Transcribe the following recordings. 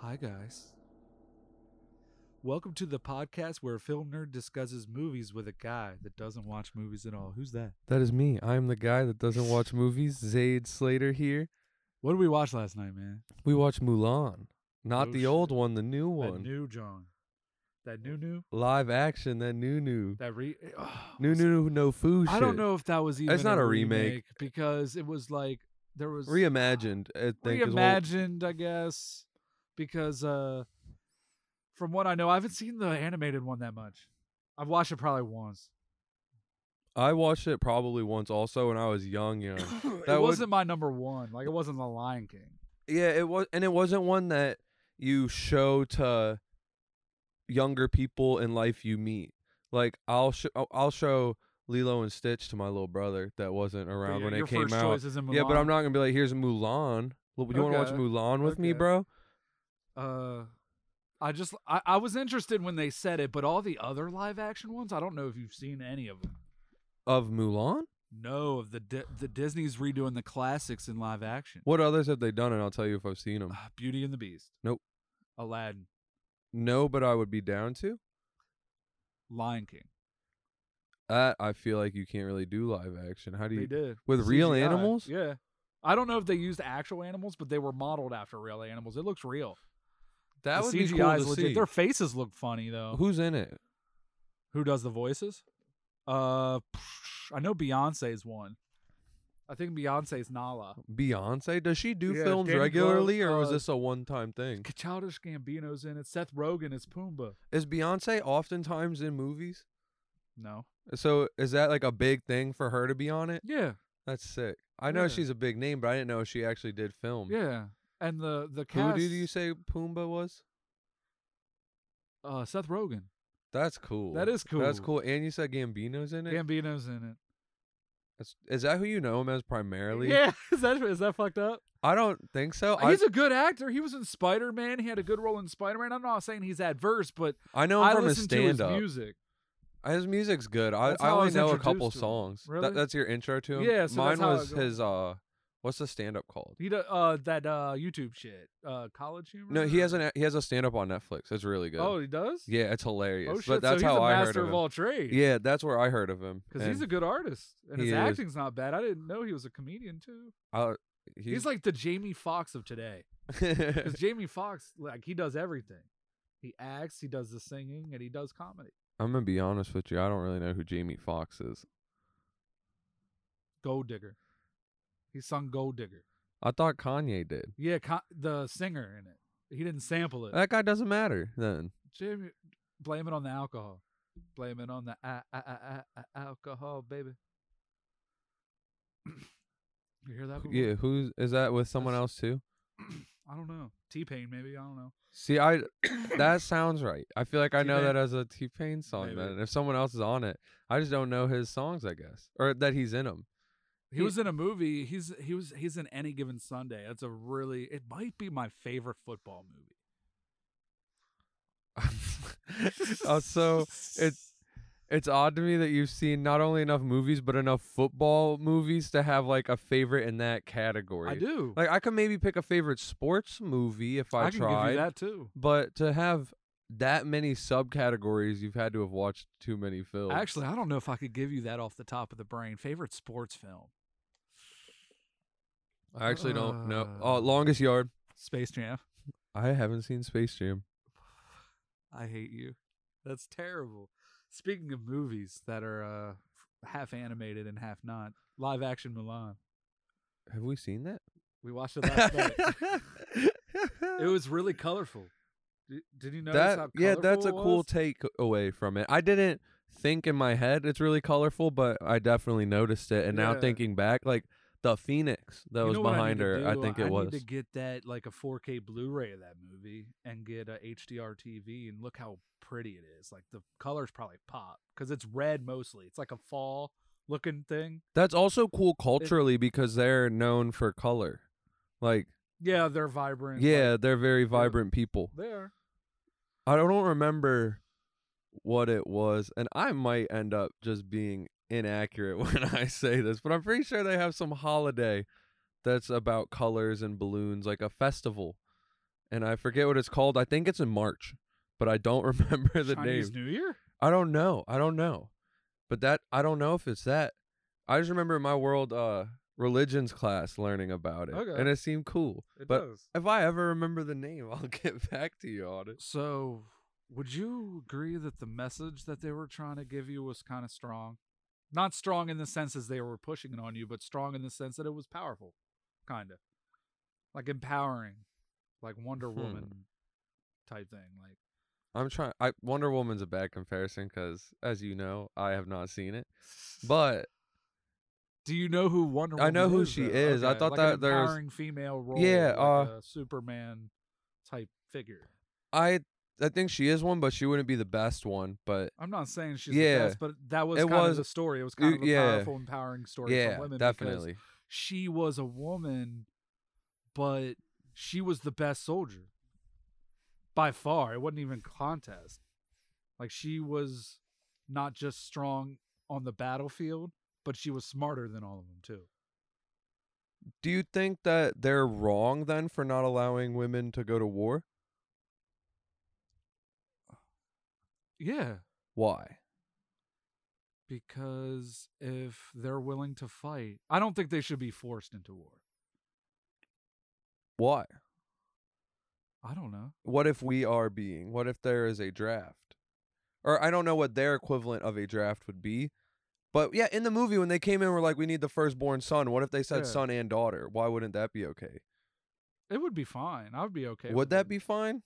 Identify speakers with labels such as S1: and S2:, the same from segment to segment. S1: Hi, guys. Welcome to the podcast where a film nerd discusses movies with a guy that doesn't watch movies at all. Who's that?
S2: That is me. I'm the guy that doesn't watch movies. Zaid Slater here.
S1: What did we watch last night, man?
S2: We watch Mulan, not
S1: Oh,
S2: the old
S1: shit.
S2: one, the new
S1: That
S2: one.
S1: new John. That new new.
S2: Live action, that new new
S1: That re. Oh,
S2: new new no foo.
S1: I don't
S2: shit.
S1: know if that was even.
S2: not a remake.
S1: because it was like there was
S2: Reimagined, I think. is what-
S1: reimagined, I guess, because uh, from what I know, I haven't seen the animated one that much. I've watched it probably once.
S2: I watched it probably once also when I was young. You know, would-
S1: it wasn't my number one. Like it wasn't The Lion King.
S2: yeah, it was, and it wasn't one that you show to younger people in life you meet. Like I'll sh- I'll- I'll show Lilo and Stitch to my little brother that wasn't
S1: But
S2: around
S1: your-
S2: when
S1: your
S2: it came
S1: first
S2: out.
S1: choice isn't
S2: Yeah, but I'm
S1: Mulan.
S2: not gonna be like, here's Mulan. Well, You want to watch
S1: Okay.
S2: Mulan with me,
S1: Okay.
S2: bro?
S1: Uh, I just I, I was interested when they said it, but all the other live action ones, I don't know if you've seen any of them.
S2: Of Mulan?
S1: No, of the Di- the Disney's redoing the classics in live action.
S2: What others have they done? And I'll tell you if I've seen them.
S1: Ah, Beauty and the Beast.
S2: Nope.
S1: Aladdin.
S2: No, but I would be down to.
S1: Lion King.
S2: That I feel like you can't really do live action. How do
S1: They
S2: you?
S1: did
S2: with real
S1: CGI.
S2: animals?
S1: Yeah, I don't know if they used actual animals, but they were modeled after real animals. It looks real.
S2: That
S1: the
S2: would
S1: CGI
S2: be cool
S1: is
S2: to
S1: legit.
S2: see.
S1: Their faces look funny though. Who,
S2: Who's in it?
S1: does the voices? Uh, I know Beyonce's one. I think Beyonce's Nala.
S2: Hmm. Beyonce? Does she do
S1: Yeah,
S2: films
S1: Danny Glover,
S2: regularly, or was
S1: uh,
S2: this a one-time thing?
S1: Childish Gambino's in it. Seth Rogen is Pumbaa.
S2: Is Beyonce oftentimes in movies?
S1: No.
S2: So is that like a big thing for her to be on it?
S1: Yeah,
S2: That's sick. I know
S1: Yeah.
S2: she's a big name, but I didn't know she actually did film.
S1: yeah. And the the
S2: Who
S1: cast.
S2: did you say Pumbaa was?
S1: Uh, Seth Rogen.
S2: That's cool.
S1: That is
S2: That's
S1: cool.
S2: cool. And you said Gambino's in it.
S1: Gambino's in
S2: That's, is that who you know him as
S1: it.
S2: primarily?
S1: Yeah, is that is that fucked up?
S2: I don't think so. I,
S1: he's a good actor. He was in Spider Man. He had a good role in Spider Man. I'm not saying he's adverse, but
S2: I know him
S1: I
S2: from his
S1: listen to his
S2: stand up.
S1: music.
S2: His music's good. I,
S1: That's
S2: I
S1: how I
S2: only
S1: was
S2: know a
S1: introduced
S2: couple
S1: to him.
S2: songs. That-
S1: Really?
S2: that's your intro to him?
S1: Yeah, so
S2: Mine
S1: that's how it
S2: was
S1: goes.
S2: his uh what's the stand up called?
S1: He does uh, that uh, YouTube shit, uh, college humor.
S2: No, he
S1: or-
S2: has an he has a stand up on Netflix. It's really good.
S1: Oh, he does.
S2: Yeah, it's hilarious.
S1: Oh shit!
S2: But that's
S1: so he's
S2: how
S1: a
S2: I heard
S1: master
S2: of
S1: of
S2: him.
S1: all trades.
S2: yeah, that's where I heard of him.
S1: Because he's a
S2: and
S1: good artist and his
S2: He is.
S1: acting's not bad. I didn't know he was a comedian too.
S2: I-
S1: He's, like the Jamie Foxx of today. Because Jamie Foxx, like he does everything. He acts, he does the singing, and he does comedy.
S2: I'm gonna be honest with you. I don't really know who Jamie Foxx is.
S1: Gold Digger. He sung Gold Digger.
S2: I thought Kanye did.
S1: Yeah, co- the singer in it. He didn't sample it.
S2: That guy doesn't matter then.
S1: Jamie, blame it on the alcohol. Blame it on the a- a- a- a- a- alcohol, baby. you hear that? before?
S2: Yeah, who's is that with someone
S1: That's-
S2: else too?
S1: I don't know. T Pain, maybe. I don't know.
S2: See, I that sounds right. I feel like I know
S1: T-Pain?
S2: that as a T Pain song.
S1: Maybe.
S2: Then, if someone else is on it, I just don't know his songs. I guess, or that he's in them.
S1: He
S2: He-
S1: was in a movie. He's he was he's in any given Sunday. That's a really it might be my favorite football movie.
S2: Uh, so it's it's odd to me that you've seen not only enough movies but enough football movies to have like a favorite in that category.
S1: I do.
S2: Like I could maybe pick a favorite sports movie if I,
S1: I can give
S2: tried,
S1: you that too.
S2: but to have that many subcategories, you've had to have watched too many films.
S1: Actually, I don't know if I could give you that off the top of the brain. Favorite sports film?
S2: I actually don't know.
S1: Uh,
S2: Oh, longest yard.
S1: Space Jam.
S2: I haven't seen Space Jam.
S1: I hate you. That's terrible. Speaking of movies that are uh, half animated and half not, live action Milan.
S2: Have we seen that?
S1: We watched it last night. It was really colorful. Did, did you notice
S2: that
S1: how
S2: yeah, that's
S1: colorful
S2: a
S1: it
S2: cool
S1: was?
S2: take away from it. I didn't think in my head it's really colorful, but I definitely noticed it. And now
S1: Yeah.
S2: thinking back, like the phoenix that
S1: You
S2: was
S1: know what
S2: behind
S1: I need to
S2: her, I
S1: do?
S2: think it was.
S1: I need to get that like a 4K Blu-ray of that movie and get a HDR TV and look how pretty it is. Like the colors probably pop because it's red mostly. It's like a fall looking thing.
S2: That's also cool culturally because they're known for color. Like
S1: Yeah, they're vibrant. like,
S2: yeah, they're very vibrant people.
S1: they are.
S2: I don't remember what it was, and I might end up just being inaccurate when I say this, but I'm pretty sure they have some holiday that's about colors and balloons, like a festival. and I forget what it's called. I think it's in March, but I don't remember the
S1: Chinese
S2: name.
S1: New Year.
S2: I don't know. I don't know. But that I don't know if it's that. I just remember in my world uh religions class learning about it.
S1: Okay.
S2: And it seemed cool.
S1: It
S2: But-
S1: does.
S2: If I ever remember the name, I'll get back to you on it.
S1: So, would you agree that the message that they were trying to give you was kind of strong? Not strong in the sense as they were pushing it on you, but strong in the sense that it was powerful, kind of like empowering, like Wonder
S2: Hmm.
S1: Woman type thing. Like,
S2: I'm trying I Wonder Woman's a bad comparison cuz as you know, I have not seen it. But
S1: do you know who Wonder? Woman
S2: I know who
S1: is,
S2: she
S1: though?
S2: is. I
S1: Okay,
S2: thought
S1: like an
S2: that there's-
S1: empowering female role,
S2: Yeah,
S1: like
S2: uh,
S1: a Superman type figure.
S2: I I think she is one, but she wouldn't be the best one, but
S1: I'm not saying she's
S2: Yeah.
S1: the best, but that was
S2: It
S1: kind
S2: was-
S1: of the story. It was
S2: you-
S1: kind of a
S2: yeah.
S1: powerful, empowering story
S2: yeah,
S1: from women. because
S2: definitely.
S1: she was a woman, but she was the best soldier by far. It wasn't even contest. Like she was not just strong on the battlefield, but she was smarter than all of them too.
S2: Do you think that they're wrong then for not allowing women to go to war?
S1: Yeah,
S2: Why?
S1: because if they're willing to fight, I don't think they should be forced into war.
S2: Why?
S1: I don't know.
S2: what if we are being what if there is a draft or i don't know what their equivalent of a draft would be but yeah in the movie when they came in we're like we need the firstborn son what if they said
S1: Yeah.
S2: son and daughter why wouldn't that be okay
S1: It would be fine. I would be okay. with
S2: would that
S1: it.
S2: be fine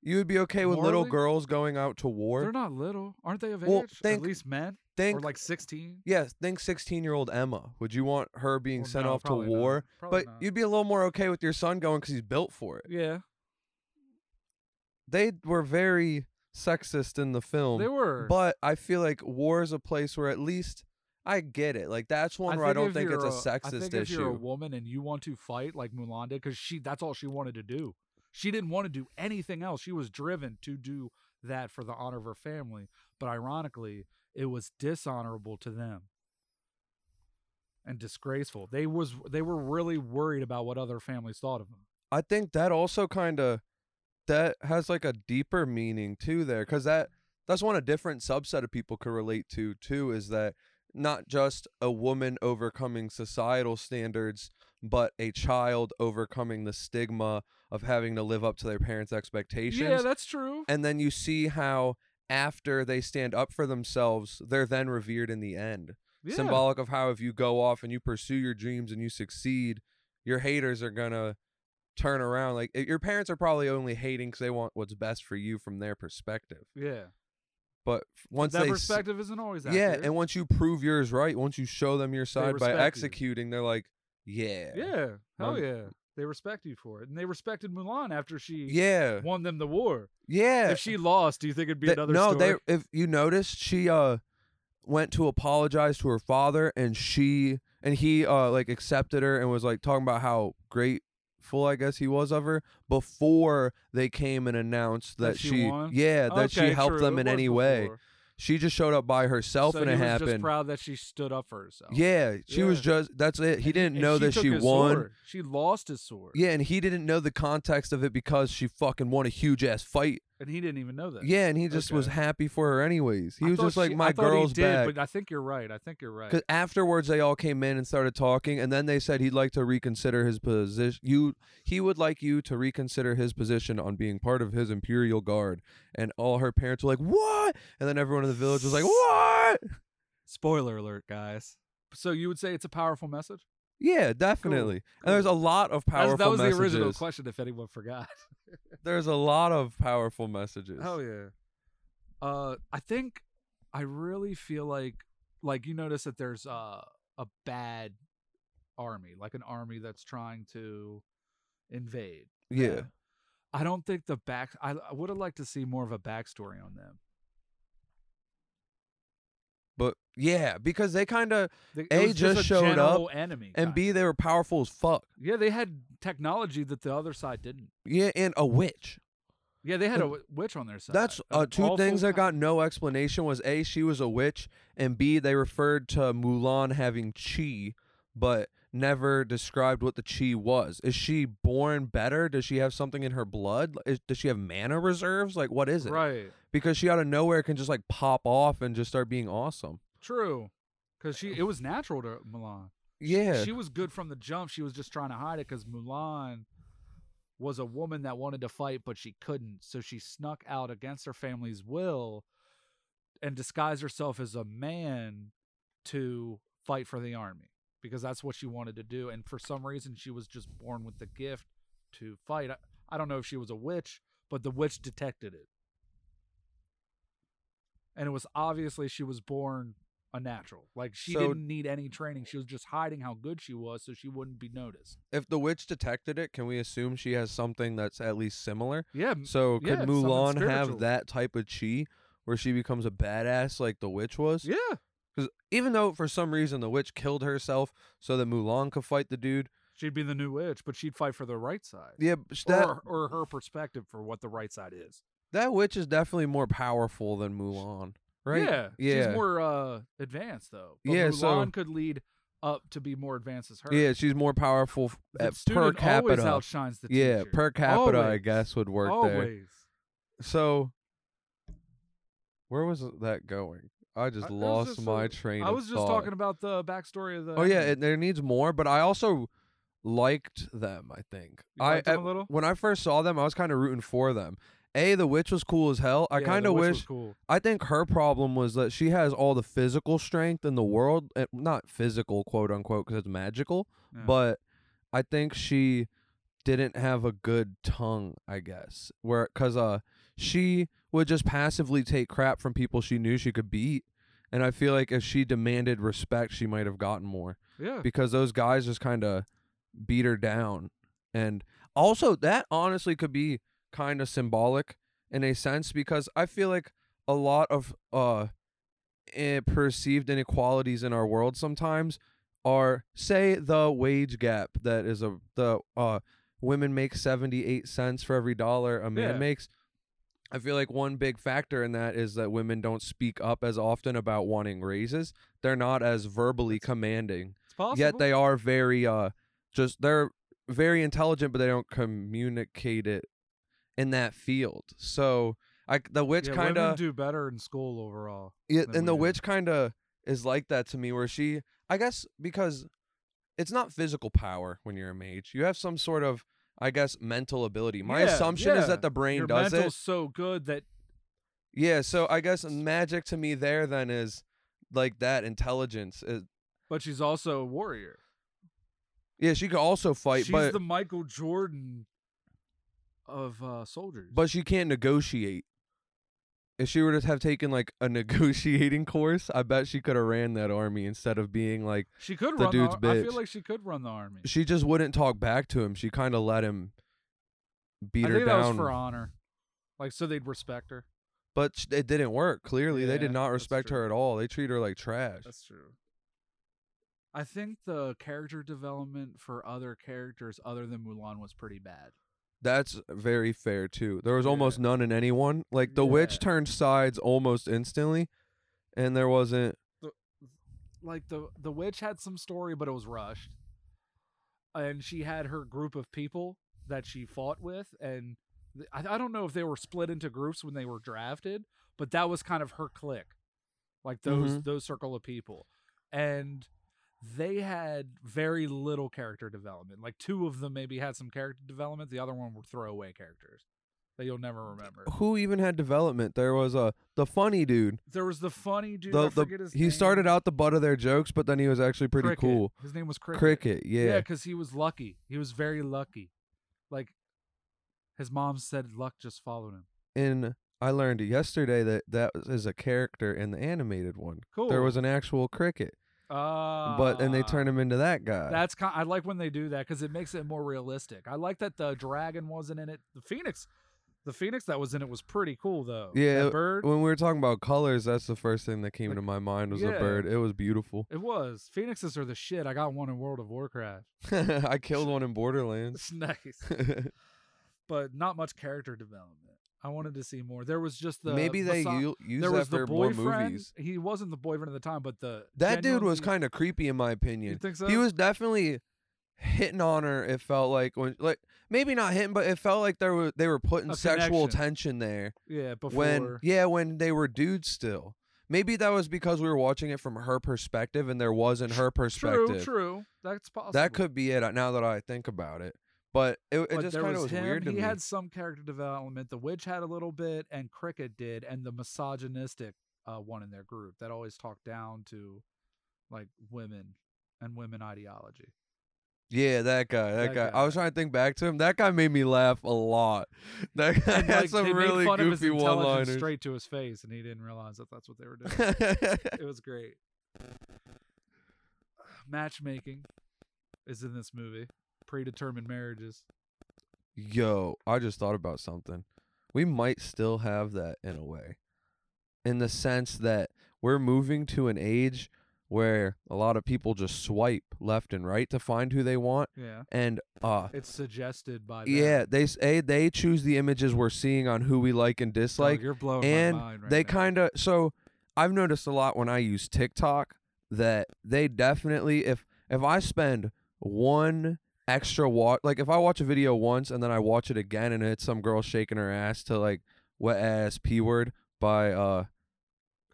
S2: you would be okay with little
S1: Morally?
S2: girls going out to war
S1: They're not little, aren't they? Of
S2: Well,
S1: age,
S2: think-
S1: at least men,
S2: think
S1: or like sixteen.
S2: yes think 16 year old emma would you want her being
S1: Well,
S2: sent
S1: no,
S2: off to
S1: probably not.
S2: war
S1: Probably
S2: but
S1: not.
S2: you'd be a little more okay with your son going because he's built for it
S1: yeah,
S2: they were very sexist in the film
S1: they were.
S2: Um, But I feel like war is a place where at least I get it. Like that's one
S1: I
S2: where I don't
S1: if
S2: think it's a
S1: you're I
S2: sexist
S1: think If you're a
S2: issue.
S1: woman and you want to fight like Mulan did, because she that's all she wanted to do. She didn't want to do anything else. She was driven to do that for the honor of her family. But ironically, it was dishonorable to them and disgraceful. They was they were really worried about what other families thought of them.
S2: I think that also kind of that has like a deeper meaning too there cuz that that's one a different subset of people could relate to too is that not just a woman overcoming societal standards but a child overcoming the stigma of having to live up to their parents' expectations.
S1: Yeah, that's true.
S2: and then you see how after they stand up for themselves, they're then revered in the end.
S1: Yeah.
S2: symbolic of how if you go off and you pursue your dreams and you succeed, your haters are gonna turn around. Like i- your parents are probably only hating because they want what's best for you from their perspective.
S1: Yeah.
S2: But f- once
S1: that
S2: they, s-
S1: perspective isn't always
S2: yeah,
S1: accurate.
S2: and once you prove yours right, once you show them your side by
S1: respect you.
S2: executing, they're like, yeah,
S1: yeah, hell
S2: Mom-
S1: yeah. They respect you for it, and they respected Mulan after she
S2: yeah,
S1: won them the war.
S2: yeah.
S1: If she lost, do you think it'd be
S2: Th-
S1: another
S2: no,
S1: story?
S2: they. If you noticed, she uh went to apologize to her father, and she and he uh like accepted her and was like talking about how grateful I guess he was of her before they came and announced that,
S1: That she won?
S2: yeah that she
S1: Okay,
S2: helped
S1: true,
S2: them
S1: it
S2: in
S1: was
S2: any way.
S1: before.
S2: She just showed up by herself
S1: so
S2: and
S1: he
S2: it
S1: was Just
S2: happened.
S1: proud that she stood up for herself.
S2: yeah, she was
S1: Yeah.
S2: just that's it. He didn't
S1: And
S2: know that
S1: took
S2: she
S1: his
S2: won.
S1: sword. She lost his sword.
S2: Yeah, and he didn't know the context of it because she fucking won a huge ass fight.
S1: and he didn't even know that.
S2: Yeah, and he just was
S1: Okay.
S2: happy for her anyways. He
S1: I
S2: was
S1: thought
S2: just like,
S1: she-
S2: my
S1: I thought he
S2: girl's
S1: did,
S2: back.
S1: But I think you're right. I think you're right.
S2: Because afterwards, they all came in and started talking, and then they said he'd like to reconsider his position. You, he would like you to reconsider his position on being part of his imperial guard. And all her parents were like, "What?" And then everyone in the village was like, "What?"
S1: Spoiler alert, guys. So you would say it's a powerful message?
S2: Yeah, definitely.
S1: cool.
S2: And there's a lot of
S1: That's-
S2: powerful.
S1: that was
S2: messages.
S1: the original question. If anyone forgot.
S2: There's a lot of powerful messages.
S1: Hell yeah. Uh, I think I really feel like like you notice that there's uh, a bad army, like an army that's trying to invade.
S2: yeah.
S1: Yeah. I don't think the back. I, I would have liked to see more of a backstory on them.
S2: But yeah, because they kind of
S1: The, it
S2: A
S1: was
S2: just
S1: a
S2: showed up,
S1: general enemy,
S2: and B
S1: kinda.
S2: they were powerful as fuck.
S1: yeah, they had technology that the other side didn't.
S2: Yeah, and a witch.
S1: Yeah, they had
S2: And
S1: a w- witch on their side.
S2: That's
S1: an
S2: uh, two
S1: awful
S2: things that
S1: pow-
S2: got no explanation was A, she was a witch, and B, they referred to Mulan having chi, but never described what the chi was. Is she born better? Does she have something in her blood? Is, does she have mana reserves? Like, what is it?
S1: Right.
S2: Because she out of nowhere can just like pop off and just start being awesome.
S1: True. Because she, it was natural to Mulan.
S2: Yeah.
S1: She was good from the jump. She was just trying to hide it because Mulan was a woman that wanted to fight, but she couldn't. So she snuck out against her family's will and disguised herself as a man to fight for the army because that's what she wanted to do. And for some reason, she was just born with the gift to fight. I, I don't know if she was a witch, but the witch detected it. And it was obviously she was born a natural. Like she
S2: So-
S1: didn't need any training. She was just hiding how good she was so she wouldn't be noticed.
S2: if the witch detected it, can we assume she has something that's at least similar?
S1: Yeah.
S2: So could
S1: Mm, yeah, something
S2: Mulan
S1: spiritual.
S2: have that type of chi where she becomes a badass like the witch was?
S1: Yeah.
S2: Because even though for some reason the witch killed herself so that Mulan could fight the dude,
S1: She'd be the new witch, but she'd fight for the right side.
S2: yeah, but sh- that
S1: or, or her perspective for what the right side is.
S2: that witch is definitely more powerful than Mulan, right?
S1: Yeah.
S2: yeah,
S1: She's more uh advanced though. But
S2: Yeah,
S1: Mulan
S2: so-
S1: could lead up to be more advanced as her.
S2: yeah. She's more powerful f-
S1: The
S2: at per
S1: student always
S2: capita.
S1: outshines the
S2: Yeah,
S1: teacher.
S2: per capita, I
S1: Always.
S2: guess would work
S1: Always.
S2: there. So, where was that going? I just
S1: I- I was
S2: lost
S1: just, uh,
S2: my train.
S1: I
S2: of
S1: was just
S2: thought.
S1: talking about the backstory of the
S2: Oh yeah,
S1: anime.
S2: it, there needs more, but I also liked them. I think
S1: You
S2: I
S1: liked them a
S2: at-
S1: little?
S2: when I first saw them, I was kind of rooting for them. A, the witch was cool as hell. I
S1: Yeah,
S2: kind
S1: the
S2: of
S1: witch
S2: wish.
S1: was cool.
S2: I think her problem was that she has all the physical strength in the world, eh, not physical, quote unquote, because it's magical.
S1: Yeah.
S2: But I think she didn't have a good tongue. I guess where because uh she would just passively take crap from people she knew she could beat, and I feel like if she demanded respect, she might have gotten more
S1: yeah.
S2: because those guys just kind of beat her down. And also, that honestly could be kind of symbolic in a sense because I feel like a lot of uh eh, perceived inequalities in our world sometimes are say the wage gap that is a the uh women make 78 cents for every dollar a man
S1: Yeah.
S2: makes i feel like one big factor in that is that women don't speak up as often about wanting raises they're not as verbally commanding
S1: It's possible.
S2: yet they are very uh just they're very intelligent but they don't communicate it in that field so i the witch
S1: yeah,
S2: kind
S1: women
S2: of
S1: do better in school overall.
S2: yeah,
S1: than
S2: and the
S1: we do.
S2: witch kind of is like that to me where she i guess because it's not physical power when you're a mage you have some sort of i guess mental ability my
S1: Yeah,
S2: assumption is
S1: yeah.
S2: that the brain
S1: Your
S2: does
S1: mental's
S2: it
S1: so good that
S2: yeah so i guess magic to me there then is like that intelligence is,
S1: but she's also a warrior.
S2: yeah she could also fight
S1: she's
S2: but
S1: the Michael Jordan of uh soldiers.
S2: But she can't negotiate. If she were to have taken like a negotiating course, I bet she could have ran that army instead of being like
S1: she could
S2: the
S1: run
S2: dude's
S1: the, ar- I feel
S2: bitch.
S1: like she could run the army.
S2: she just wouldn't talk back to him. She kind of let him beat
S1: I
S2: her
S1: think
S2: down.
S1: that was for honor. Like so they'd respect her.
S2: but sh- it didn't work. Clearly, they
S1: Yeah,
S2: did not
S1: that's
S2: respect
S1: true.
S2: her at all. They treat her like trash.
S1: That's true. I think the character development for other characters other than Mulan was pretty bad.
S2: That's very fair too. There was almost
S1: Yeah.
S2: none in anyone. Like the witch
S1: Yeah.
S2: turned sides almost instantly, and there wasn't.
S1: Like the the witch had some story but it was rushed. And she had her group of people that she fought with and th- I, I don't know if they were split into groups when they were drafted, but that was kind of her clique. Like those
S2: Mhm.
S1: those circle of people. And they had very little character development. Like two of them maybe had some character development. The other one were throwaway characters that you'll never remember.
S2: Who even had development? There was a the funny dude.
S1: There was the funny dude. I
S2: the,
S1: forget
S2: the
S1: his
S2: he
S1: name.
S2: started out the butt of their jokes, but then he was actually pretty
S1: Cricket.
S2: cool.
S1: His name was Cricket.
S2: Cricket, yeah.
S1: Yeah, because he was lucky. He was very lucky. Like his mom said, luck just followed him.
S2: And I learned yesterday that that is a character in the animated one.
S1: Cool.
S2: There was an actual cricket,
S1: uh,
S2: but and they turned him into that guy.
S1: That's kind. I like when they do that because it makes it more realistic. I like that the dragon wasn't in it. The phoenix, the phoenix that was in it was pretty cool though.
S2: Yeah,
S1: that bird.
S2: when we were talking about colors, that's the first thing that came
S1: Like,
S2: to my mind was
S1: yeah.
S2: a bird. It was beautiful.
S1: It was phoenixes are the shit. I got one in World of Warcraft.
S2: I killed one in Borderlands.
S1: It's nice, but not much character development. I wanted to see more. There was just the
S2: Maybe they
S1: besi-
S2: u- use
S1: there
S2: that
S1: was
S2: for
S1: the
S2: more
S1: boyfriend.
S2: movies.
S1: He wasn't the boyfriend at the time, but the
S2: That dude was
S1: genuinely-
S2: kind of creepy in my
S1: You
S2: opinion.
S1: think so?
S2: He was definitely hitting on her. It felt like when like maybe not hitting, but it felt like there was they were putting
S1: A
S2: sexual
S1: connection.
S2: tension there.
S1: yeah before.
S2: when yeah when they were dudes still maybe that was because we were watching it from her perspective and there wasn't her perspective
S1: True, true. That's possible.
S2: that could be it uh, now that i think about it but it, it
S1: But
S2: just
S1: there
S2: kind of
S1: was,
S2: was
S1: him.
S2: weird to
S1: he
S2: me
S1: had some character development. The witch had a little bit, and Cricket did, and the misogynistic uh, one in their group that always talked down to like women and women ideology.
S2: yeah that guy that,
S1: That
S2: guy. i was trying to think back to him that guy made me laugh a lot that guy
S1: And,
S2: had
S1: like,
S2: some
S1: they made
S2: really
S1: fun of his
S2: goofy one
S1: intelligence
S2: liners
S1: straight to his face, and he didn't realize that that's what they were doing. it was great. Matchmaking is in this movie. Predetermined marriages.
S2: yo i just thought about something we might still have that in a way in the sense that we're moving to an age where a lot of people just swipe left and right to find who they want
S1: Yeah,
S2: and uh
S1: it's suggested by. them.
S2: yeah they s- a they choose the images we're seeing on who we like and
S1: Dog,
S2: dislike
S1: you're blowing
S2: and
S1: my mind right
S2: they
S1: now.
S2: kind of so i've noticed a lot when i use tiktok that they definitely if if i spend one extra watch like if i watch a video once and then i watch it again and it's some girl shaking her ass to like wet ass p word by uh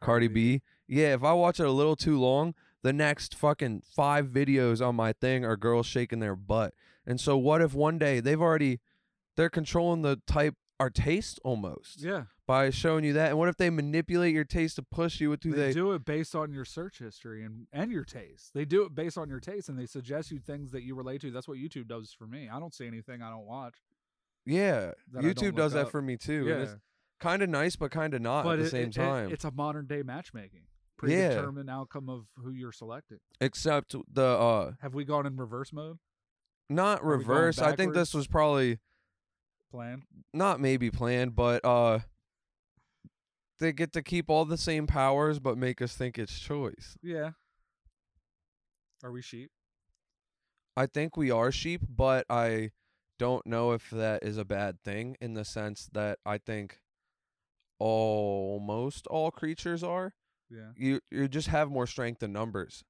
S2: cardi b yeah if i watch it a little too long the next fucking five videos on my thing are girls shaking their butt and so what if one day they've already they're controlling the type our taste almost
S1: Yeah,
S2: by showing you that? And what if they manipulate your taste to push you with who
S1: they,
S2: they?
S1: do it based on your search history and and your taste. They do it based on your taste, and they suggest you things that you relate to. That's what YouTube does for me. I don't see anything I don't watch.
S2: Yeah,
S1: That I don't
S2: YouTube does
S1: look
S2: that
S1: up.
S2: for me too.
S1: yeah,
S2: And it's kind of nice, but kind of not
S1: but
S2: at the
S1: it-
S2: same
S1: it- it-
S2: time.
S1: it's a modern day matchmaking.
S2: Yeah.
S1: Predetermined outcome of who you're selecting.
S2: Except the uh,
S1: Have we gone in reverse mode?
S2: not
S1: Are we going
S2: reverse. I think this
S1: backwards?
S2: was probably
S1: Plan.
S2: not maybe planned, but uh, they get to keep all the same powers, but make us think it's choice.
S1: Yeah. Are we sheep?
S2: I think we are sheep, but I don't know if that is a bad thing in the sense that I think almost all creatures are.
S1: Yeah.
S2: you you just have more strength in numbers.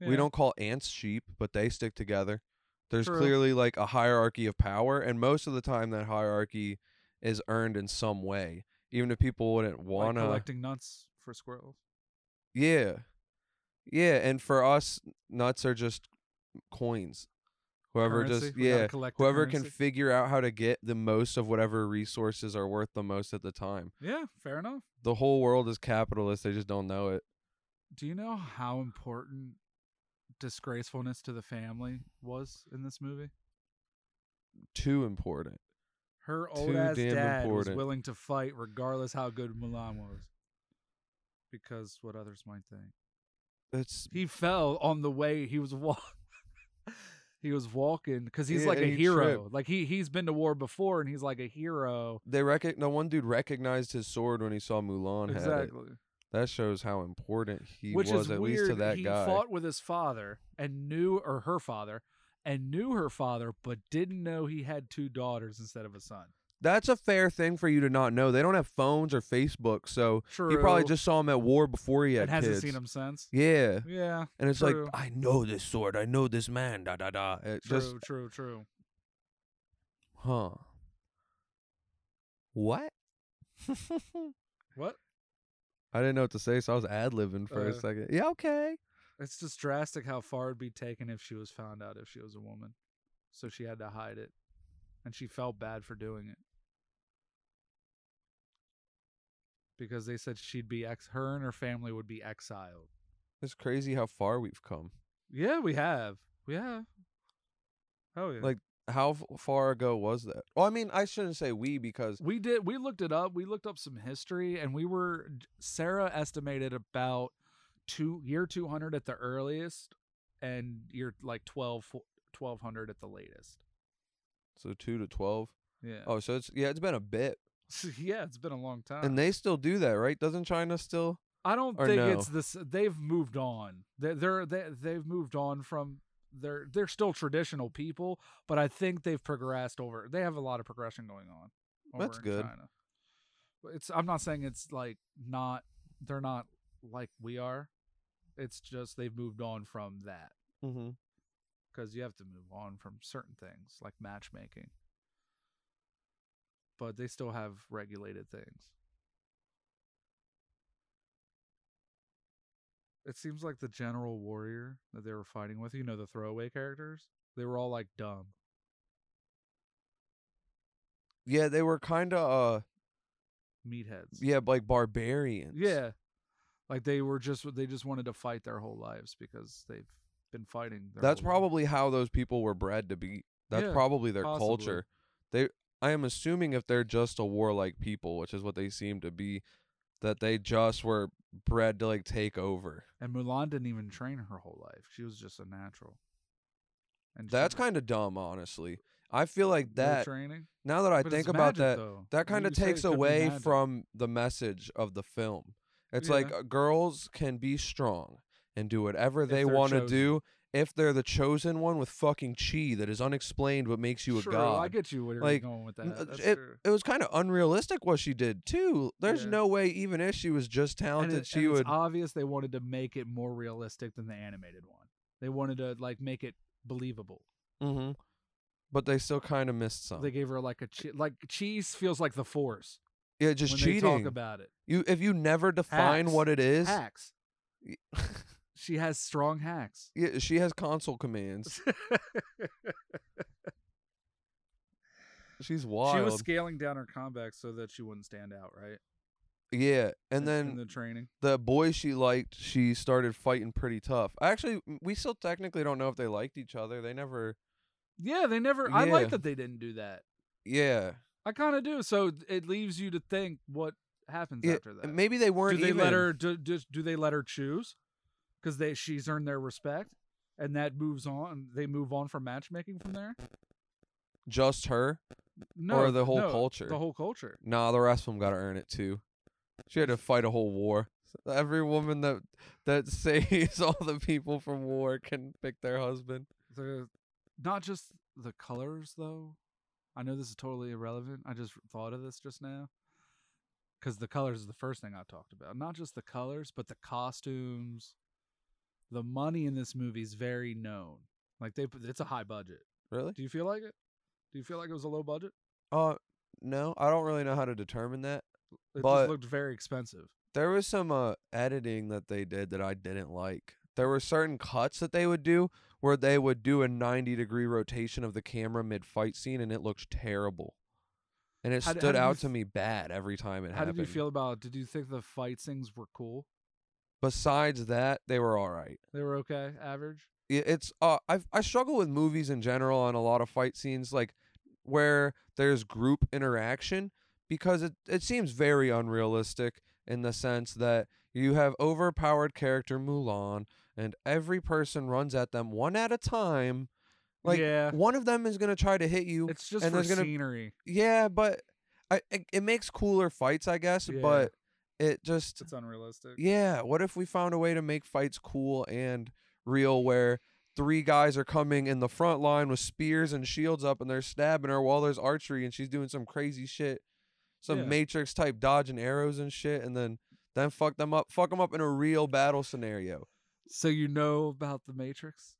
S2: We
S1: Yeah.
S2: don't call ants sheep, but they stick together. There's
S1: True.
S2: clearly like a hierarchy of power, and most of the time that hierarchy is earned in some way, even if people wouldn't
S1: like
S2: wanna.
S1: collecting nuts for squirrels.
S2: yeah, yeah, and for us, nuts are just coins. Whoever
S1: Currency?
S2: just
S1: We gotta
S2: yeah,
S1: collect the
S2: whoever can
S1: currency?
S2: figure out how to get the most of whatever resources are worth the most at the time.
S1: yeah, fair enough.
S2: The whole world is capitalist; they just don't know it.
S1: Do you know how important disgracefulness to the family was in this movie?
S2: Too important.
S1: Her old
S2: Too
S1: ass
S2: damn
S1: dad was
S2: important.
S1: willing to fight regardless how good Mulan was. Because what others might think.
S2: That's
S1: He fell on the way he was walking. he was walking because he's
S2: Yeah,
S1: like a
S2: and he
S1: hero.
S2: tripped.
S1: Like he he's been to war before and he's like a hero.
S2: they recog no one dude recognized his sword when he saw Mulan had it.
S1: Exactly.
S2: That shows how important he
S1: Which
S2: was
S1: is
S2: at
S1: weird.
S2: least to that
S1: he
S2: guy.
S1: fought with his father and knew or her father and knew her father but didn't know he had two daughters instead of a son.
S2: That's a fair thing for you to not know. They don't have phones or Facebook, so
S1: True.
S2: he probably just saw him at war before he had
S1: and hasn't
S2: kids.
S1: seen him since.
S2: Yeah,
S1: Yeah.
S2: and it's
S1: True.
S2: like I know this sword. I know this man. Da da da. It
S1: True,
S2: just
S1: true, true.
S2: huh? What?
S1: What?
S2: I didn't know what to say, so I was ad libbing for a
S1: Uh,
S2: second. Yeah, okay.
S1: It's just drastic how far it'd be taken if she was found out if she was a woman. So she had to hide it. And she felt bad for doing it. Because they said she'd be ex her and her family would be exiled.
S2: It's crazy how far we've come.
S1: Yeah, we have. We have. Oh yeah.
S2: Like, How f- far ago was that? Well, I mean, I shouldn't say we because
S1: we did we looked it up. We looked up some history and we were Sarah estimated about two year 200 at the earliest and year like 12 1200 at the latest.
S2: So two to twelve.
S1: Yeah. Uh.
S2: Oh, so it's yeah, it's been a bit,
S1: yeah, it's been a long time.
S2: and they still do that, right? Doesn't China still?
S1: I don't
S2: or
S1: think
S2: no?
S1: it's this. They've moved on. They're, they're they, they've moved on from. They're they're still traditional people, but I think they've progressed over. They have a lot of progression going on. Over
S2: That's
S1: in
S2: good.
S1: China. it's I'm not saying it's like not they're not like we are. It's just they've moved on from that
S2: Mm-hmm.
S1: because you have to move on from certain things like matchmaking. But they still have regulated things. It seems like the general warrior that they were fighting with, you know, the throwaway characters, they were all like dumb.
S2: Yeah, they were kind of uh
S1: meatheads.
S2: yeah, like barbarians.
S1: Yeah. Like they were just they just wanted to fight their whole lives because they've been fighting. Their
S2: That's
S1: whole lives.
S2: probably how those people were bred to be. That's
S1: Yeah,
S2: probably their
S1: possibly.
S2: culture. They I am assuming if they're just a warlike people, which is what they seem to be, that they just were bred to like take over.
S1: And Mulan didn't even train her whole life. She was just a natural. And she
S2: That's
S1: was-
S2: kind of dumb, honestly. I feel like
S1: no
S2: that
S1: training.
S2: now that I
S1: But it's
S2: think about
S1: magic,
S2: that,
S1: though.
S2: that
S1: When
S2: kind of
S1: you say it
S2: takes
S1: could be
S2: away
S1: magic,
S2: from the message of the film. It's
S1: Yeah.
S2: like uh, girls can be strong and do whatever
S1: If
S2: they
S1: they're
S2: want to
S1: chosen.
S2: do if they're the chosen one with fucking chi that is unexplained but makes you a
S1: True,
S2: god.
S1: I get you where you're
S2: Like,
S1: going with
S2: n-
S1: that. That's
S2: it,
S1: true.
S2: it was kind of unrealistic what she did too. There's
S1: Yeah.
S2: no way even if she was just
S1: And,
S2: talented,
S1: it,
S2: she
S1: and
S2: would.
S1: it's obvious they wanted to make it more realistic than the animated one. They wanted to like make it believable.
S2: hmm But they still kind of missed
S1: They
S2: something.
S1: gave her like a chi- like cheese feels like the force
S2: yeah, just
S1: when
S2: cheating.
S1: they talk about it.
S2: you if you never define
S1: Hacks.
S2: what it is.
S1: Hacks. She has strong hacks.
S2: yeah, she has console commands. She's wild.
S1: She was scaling down her combat so that she wouldn't stand out, right?
S2: yeah, and
S1: In-
S2: then
S1: in the training.
S2: the boy she liked, she started fighting pretty tough. Actually, m- we still technically don't know if they liked each other. They never.
S1: Yeah, they never. I
S2: Yeah.
S1: like that they didn't do that.
S2: Yeah.
S1: I kind of do. So it leaves you to think what happens
S2: yeah
S1: after that.
S2: Maybe they
S1: do
S2: weren't.
S1: they
S2: even.
S1: let her? Do, do, do they let her choose? Because they she's earned their respect, and that moves on. They move on from matchmaking from there.
S2: Just her.
S1: No,
S2: Or the whole
S1: no,
S2: culture.
S1: The whole culture.
S2: Nah, the rest of them got to earn it too. She had to fight a whole war. Every woman that that saves all the people from war can pick their husband.
S1: the not just the colors though. I know this is totally irrelevant. I just thought of this just now because the colors is the first thing I talked about. Not just the colors, but the costumes. The money in this movie is very known. Like they, put- it's a high budget.
S2: Really?
S1: Do you feel like it? Do you feel like it was a low budget?
S2: Uh, no, I don't really know how to determine that.
S1: It
S2: But-
S1: just looked very expensive.
S2: there was some uh, editing that they did that I didn't like. There were certain cuts that they would do where they would do a 90 degree rotation of the camera mid fight scene and it looked terrible. And it
S1: How d- how
S2: stood
S1: did you
S2: out
S1: f-
S2: to me bad every time it
S1: How
S2: happened.
S1: did you feel about? Did you think the fight scenes were cool?
S2: Besides that, they were all right.
S1: They were okay, average.
S2: I- It's uh, I I struggle with movies in general on a lot of fight scenes like where there's group interaction because it it seems very unrealistic in the sense that you have overpowered character Mulan and every person runs at them one at a time. Like
S1: yeah,
S2: one of them is gonna try to hit you.
S1: it's just
S2: and
S1: for
S2: there's gonna-
S1: scenery.
S2: yeah, but I it, it makes cooler fights, I guess.
S1: Yeah.
S2: But it just
S1: It's unrealistic.
S2: yeah, what if we found a way to make fights cool and real where three guys are coming in the front line with spears and shields up and they're stabbing her while there's archery and she's doing some crazy shit, some
S1: Yeah.
S2: matrix type dodging arrows and shit and then then fuck them up, fuck them up in a real battle scenario.
S1: So you know about the Matrix?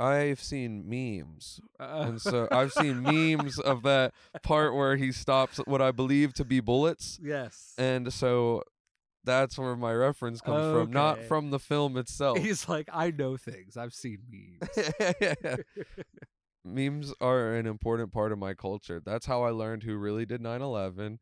S2: I've seen memes.
S1: Uh,
S2: And so I've seen memes of that part where he stops what I believe to be bullets
S1: yes.
S2: And so that's where my reference comes from, not
S1: Okay.
S2: from the film itself.
S1: He's like, I know things. I've seen memes.
S2: Memes are an important part of my culture. That's how I learned who really did 9 11.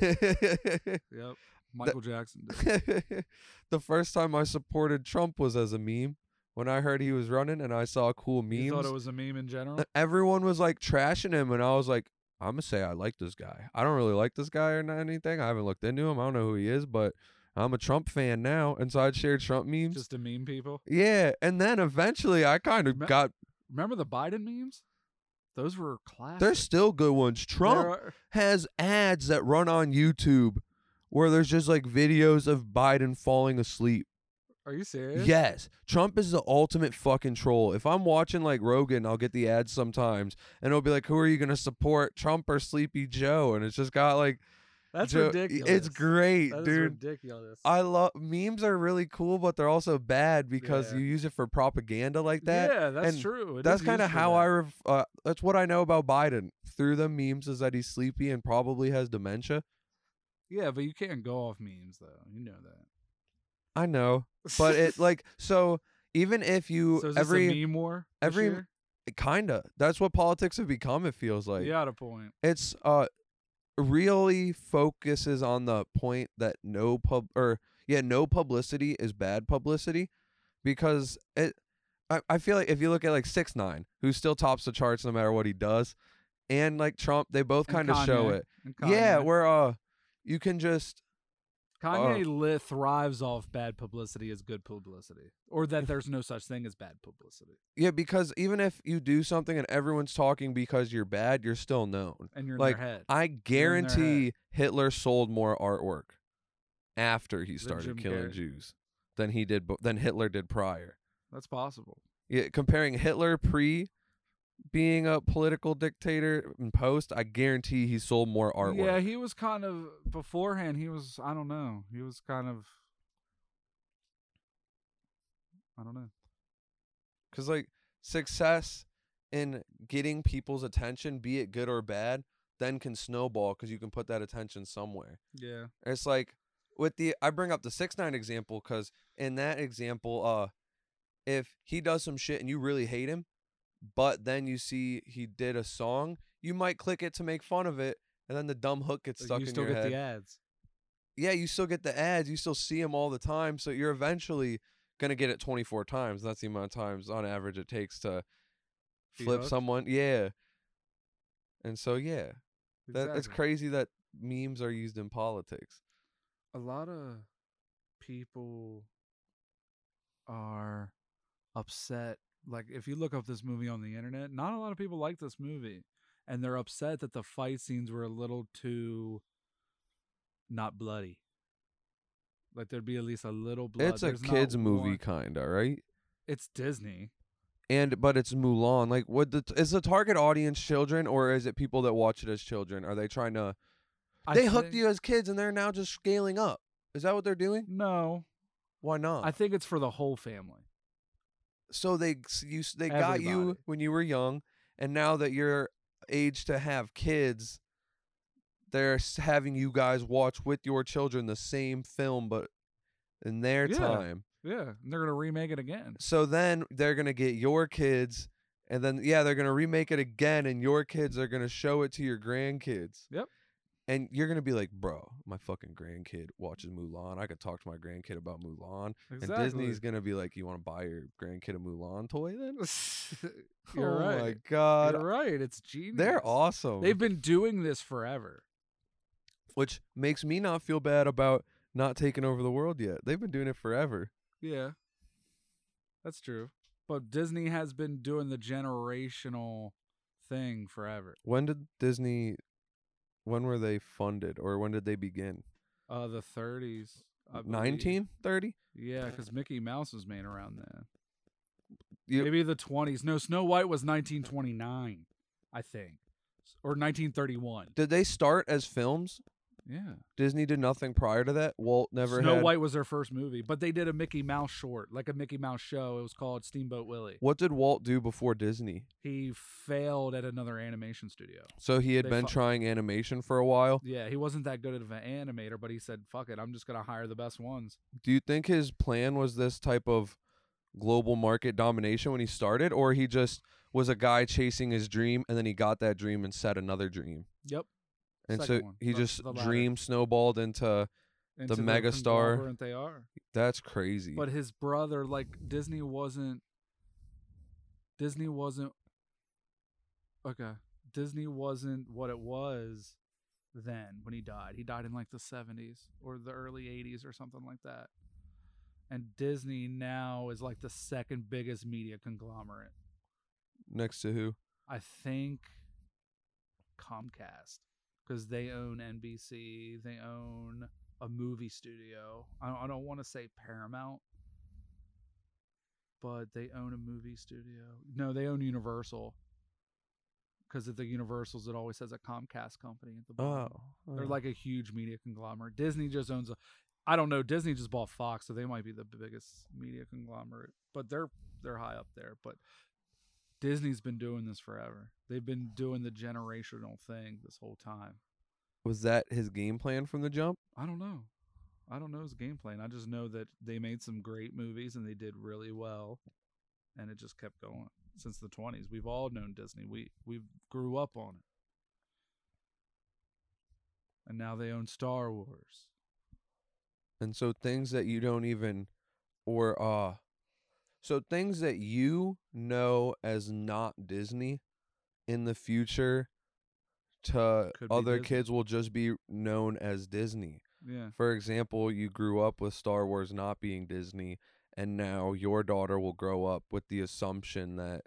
S1: yep. Michael Jackson. Did.
S2: the first time I supported Trump was as a meme. When I heard he was running and I saw cool memes, e,
S1: You thought it was a meme in general?
S2: everyone was like trashing him. And I was like, I'm going to say I like this guy. I don't really like this guy or not anything. I haven't looked into him. I don't know who he is, but I'm a Trump fan now. And so I'd share Trump memes.
S1: Just a meme, people.
S2: Yeah, and then eventually I kind of
S1: Ma-
S2: got.
S1: Remember the Biden memes? Those were classic. uh,
S2: There's still good ones.
S1: There
S2: Trump
S1: are-
S2: has ads that run on YouTube where there's just like videos of Biden falling asleep.
S1: Are you serious?
S2: Yes, Trump is the ultimate fucking troll. If I'm watching like Rogan, I'll get the ads sometimes, and it'll be like, "Who are you gonna support, Trump or Sleepy Joe?" And it's just got like
S1: That's
S2: Jo-
S1: ridiculous.
S2: It's great,
S1: That is
S2: dude.
S1: ridiculous.
S2: I love memes are really cool, but they're also bad because
S1: Yeah.
S2: you use it for propaganda like that.
S1: yeah, that's
S2: and
S1: true. It
S2: that's
S1: is
S2: kind of
S1: used for
S2: how
S1: that.
S2: I. Ref- uh, that's what I know about Biden through the memes is that he's sleepy and probably has dementia.
S1: Yeah, but you can't go off memes though. You know that.
S2: I know, but it like so. Even if you
S1: so is this
S2: every
S1: a meme war. this
S2: every-
S1: year?
S2: kinda that's what politics have become. It feels like
S1: you got a point.
S2: it's uh really focuses on the point that no pub or yeah no publicity is bad publicity because it I, I feel like if you look at like six nine who still tops the charts no matter what he does and like trump they both
S1: And
S2: kind of show
S1: Kanye.
S2: it
S1: And
S2: yeah
S1: Kanye-
S2: where uh you can just
S1: Kanye li- thrives off bad publicity as good publicity, or that there's no such thing as bad publicity,
S2: yeah because even if you do something and everyone's talking because you're bad you're still known
S1: and you're in
S2: Like,
S1: their head.
S2: i
S1: You're in their head.
S2: guarantee hitler sold more artwork after he started
S1: Jim
S2: killing
S1: Carrey.
S2: jews than he did b- than hitler did prior
S1: That's possible.
S2: yeah, comparing Hitler pre being a political dictator and post, I guarantee he sold more artwork.
S1: Yeah, he was kind of beforehand. He was I don't know. He was kind of I don't know.
S2: Cause like success in getting people's attention, be it good or bad, then can snowball because you can put that attention somewhere.
S1: Yeah,
S2: It's like with the I bring up the six nine example because in that example, uh, if he does some shit and you really hate him, but then you see he did a song, you might click it to make fun of it, and then the dumb hook gets stuck
S1: you
S2: in
S1: still
S2: your
S1: get
S2: head.
S1: the ads.
S2: yeah, you still get the ads, you still see them all the time, so you're eventually gonna get it 24 times. That's the amount of times on average it takes to
S1: Be
S2: flip
S1: hooked?
S2: someone. Yeah, and so yeah, that it's
S1: Exactly.
S2: crazy that memes are used in politics.
S1: a lot of people are upset. Like, if you look up this movie on the internet, not a lot of people like this movie. And they're upset that the fight scenes were a little too not bloody. Like, there'd be at least a little blood.
S2: it's a
S1: There's not
S2: kids movie,
S1: one-
S2: kinda right?
S1: It's Disney.
S2: And but it's Mulan. Like, what the is the target audience children or is it people that watch it as children? Are they trying to?
S1: I
S2: they hooked
S1: think-
S2: you as kids and they're now just scaling up. Is that what they're doing?
S1: No,
S2: Why not?
S1: I think it's for the whole family.
S2: so they s- you s- they got you
S1: Everybody.
S2: when you were young and now that you're age to have kids they're s- having you guys watch with your children the same film but in their
S1: Yeah.
S2: time
S1: Yeah, and they're gonna remake it again.
S2: so then they're going to get your kids and then yeah they're going to remake it again and your kids are going to show it to your grandkids
S1: Yep.
S2: and you're going to be like bro my fucking grandkid watches mulan i could talk to my grandkid about mulan
S1: Exactly.
S2: and disney's going to be like you want to buy your grandkid a mulan toy then
S1: You're
S2: oh my
S1: right.
S2: god.
S1: You're right. It's genius.
S2: They're awesome.
S1: They've been doing this forever.
S2: Which makes me not feel bad about not taking over the world yet. They've been doing it forever.
S1: Yeah. That's true. But Disney has been doing the generational thing forever.
S2: When did Disney when were they funded or when did they begin?
S1: Uh the 30s. I believe.
S2: 1930?
S1: Yeah, cuz Mickey Mouse was made around then.
S2: You-
S1: Maybe the 20s. No, Snow White was 1929, I think. S- Or 1931.
S2: Did they start as films?
S1: Yeah.
S2: Disney did nothing prior to that. Walt never
S1: Snow
S2: had.
S1: White was their first movie, but they did a Mickey Mouse short, like a Mickey Mouse show. It was called Steamboat Willie.
S2: What did Walt do before Disney?
S1: He failed at another animation studio.
S2: So he had
S1: They
S2: been
S1: fu-
S2: trying animation for a while.
S1: Yeah, he wasn't that good of an animator, but he said, "Fuck it, I'm just gonna hire the best ones."
S2: Do you think his plan was this type of global market domination when he started, or he just was a guy chasing his dream and then he got that dream and set another dream?
S1: Yep.
S2: And
S1: Second
S2: so
S1: one,
S2: he
S1: the-
S2: just
S1: the latter.
S2: dream snowballed into
S1: Into
S2: mega star.
S1: conglomerate They are,
S2: that's crazy.
S1: but his brother, like Disney, wasn't. Disney wasn't. Okay, Disney wasn't what it was then when he died. He died in like the '70s or the early '80s or something like that. And Disney now is like the second biggest media conglomerate.
S2: Next to who?
S1: I think Comcast because they own NBC, they own a movie studio. I don't, I don't want to say Paramount, but they own a movie studio. No, they own Universal. because of the Universals. It always has a Comcast company at the
S2: Oh,
S1: bottom. They're like a huge media conglomerate. Disney just owns a. I don't know. Disney just bought Fox, so they might be the biggest media conglomerate, but they're they're high up there. But Disney's been doing this forever. They've been doing the generational thing this whole time.
S2: was that his game plan from the jump?
S1: I don't know. I don't know his game plan. I just know that they made some great movies and they did really well, and it just kept going since the twenties. We've all known Disney. We we grew up on it, and now they own Star Wars.
S2: And so things that you don't even or uh so things that you know as not Disney in the future to
S1: Could be
S2: other
S1: Disney.
S2: kids will just be known as Disney.
S1: Yeah,
S2: For example, you grew up with Star Wars not being Disney and now your daughter will grow up with the assumption that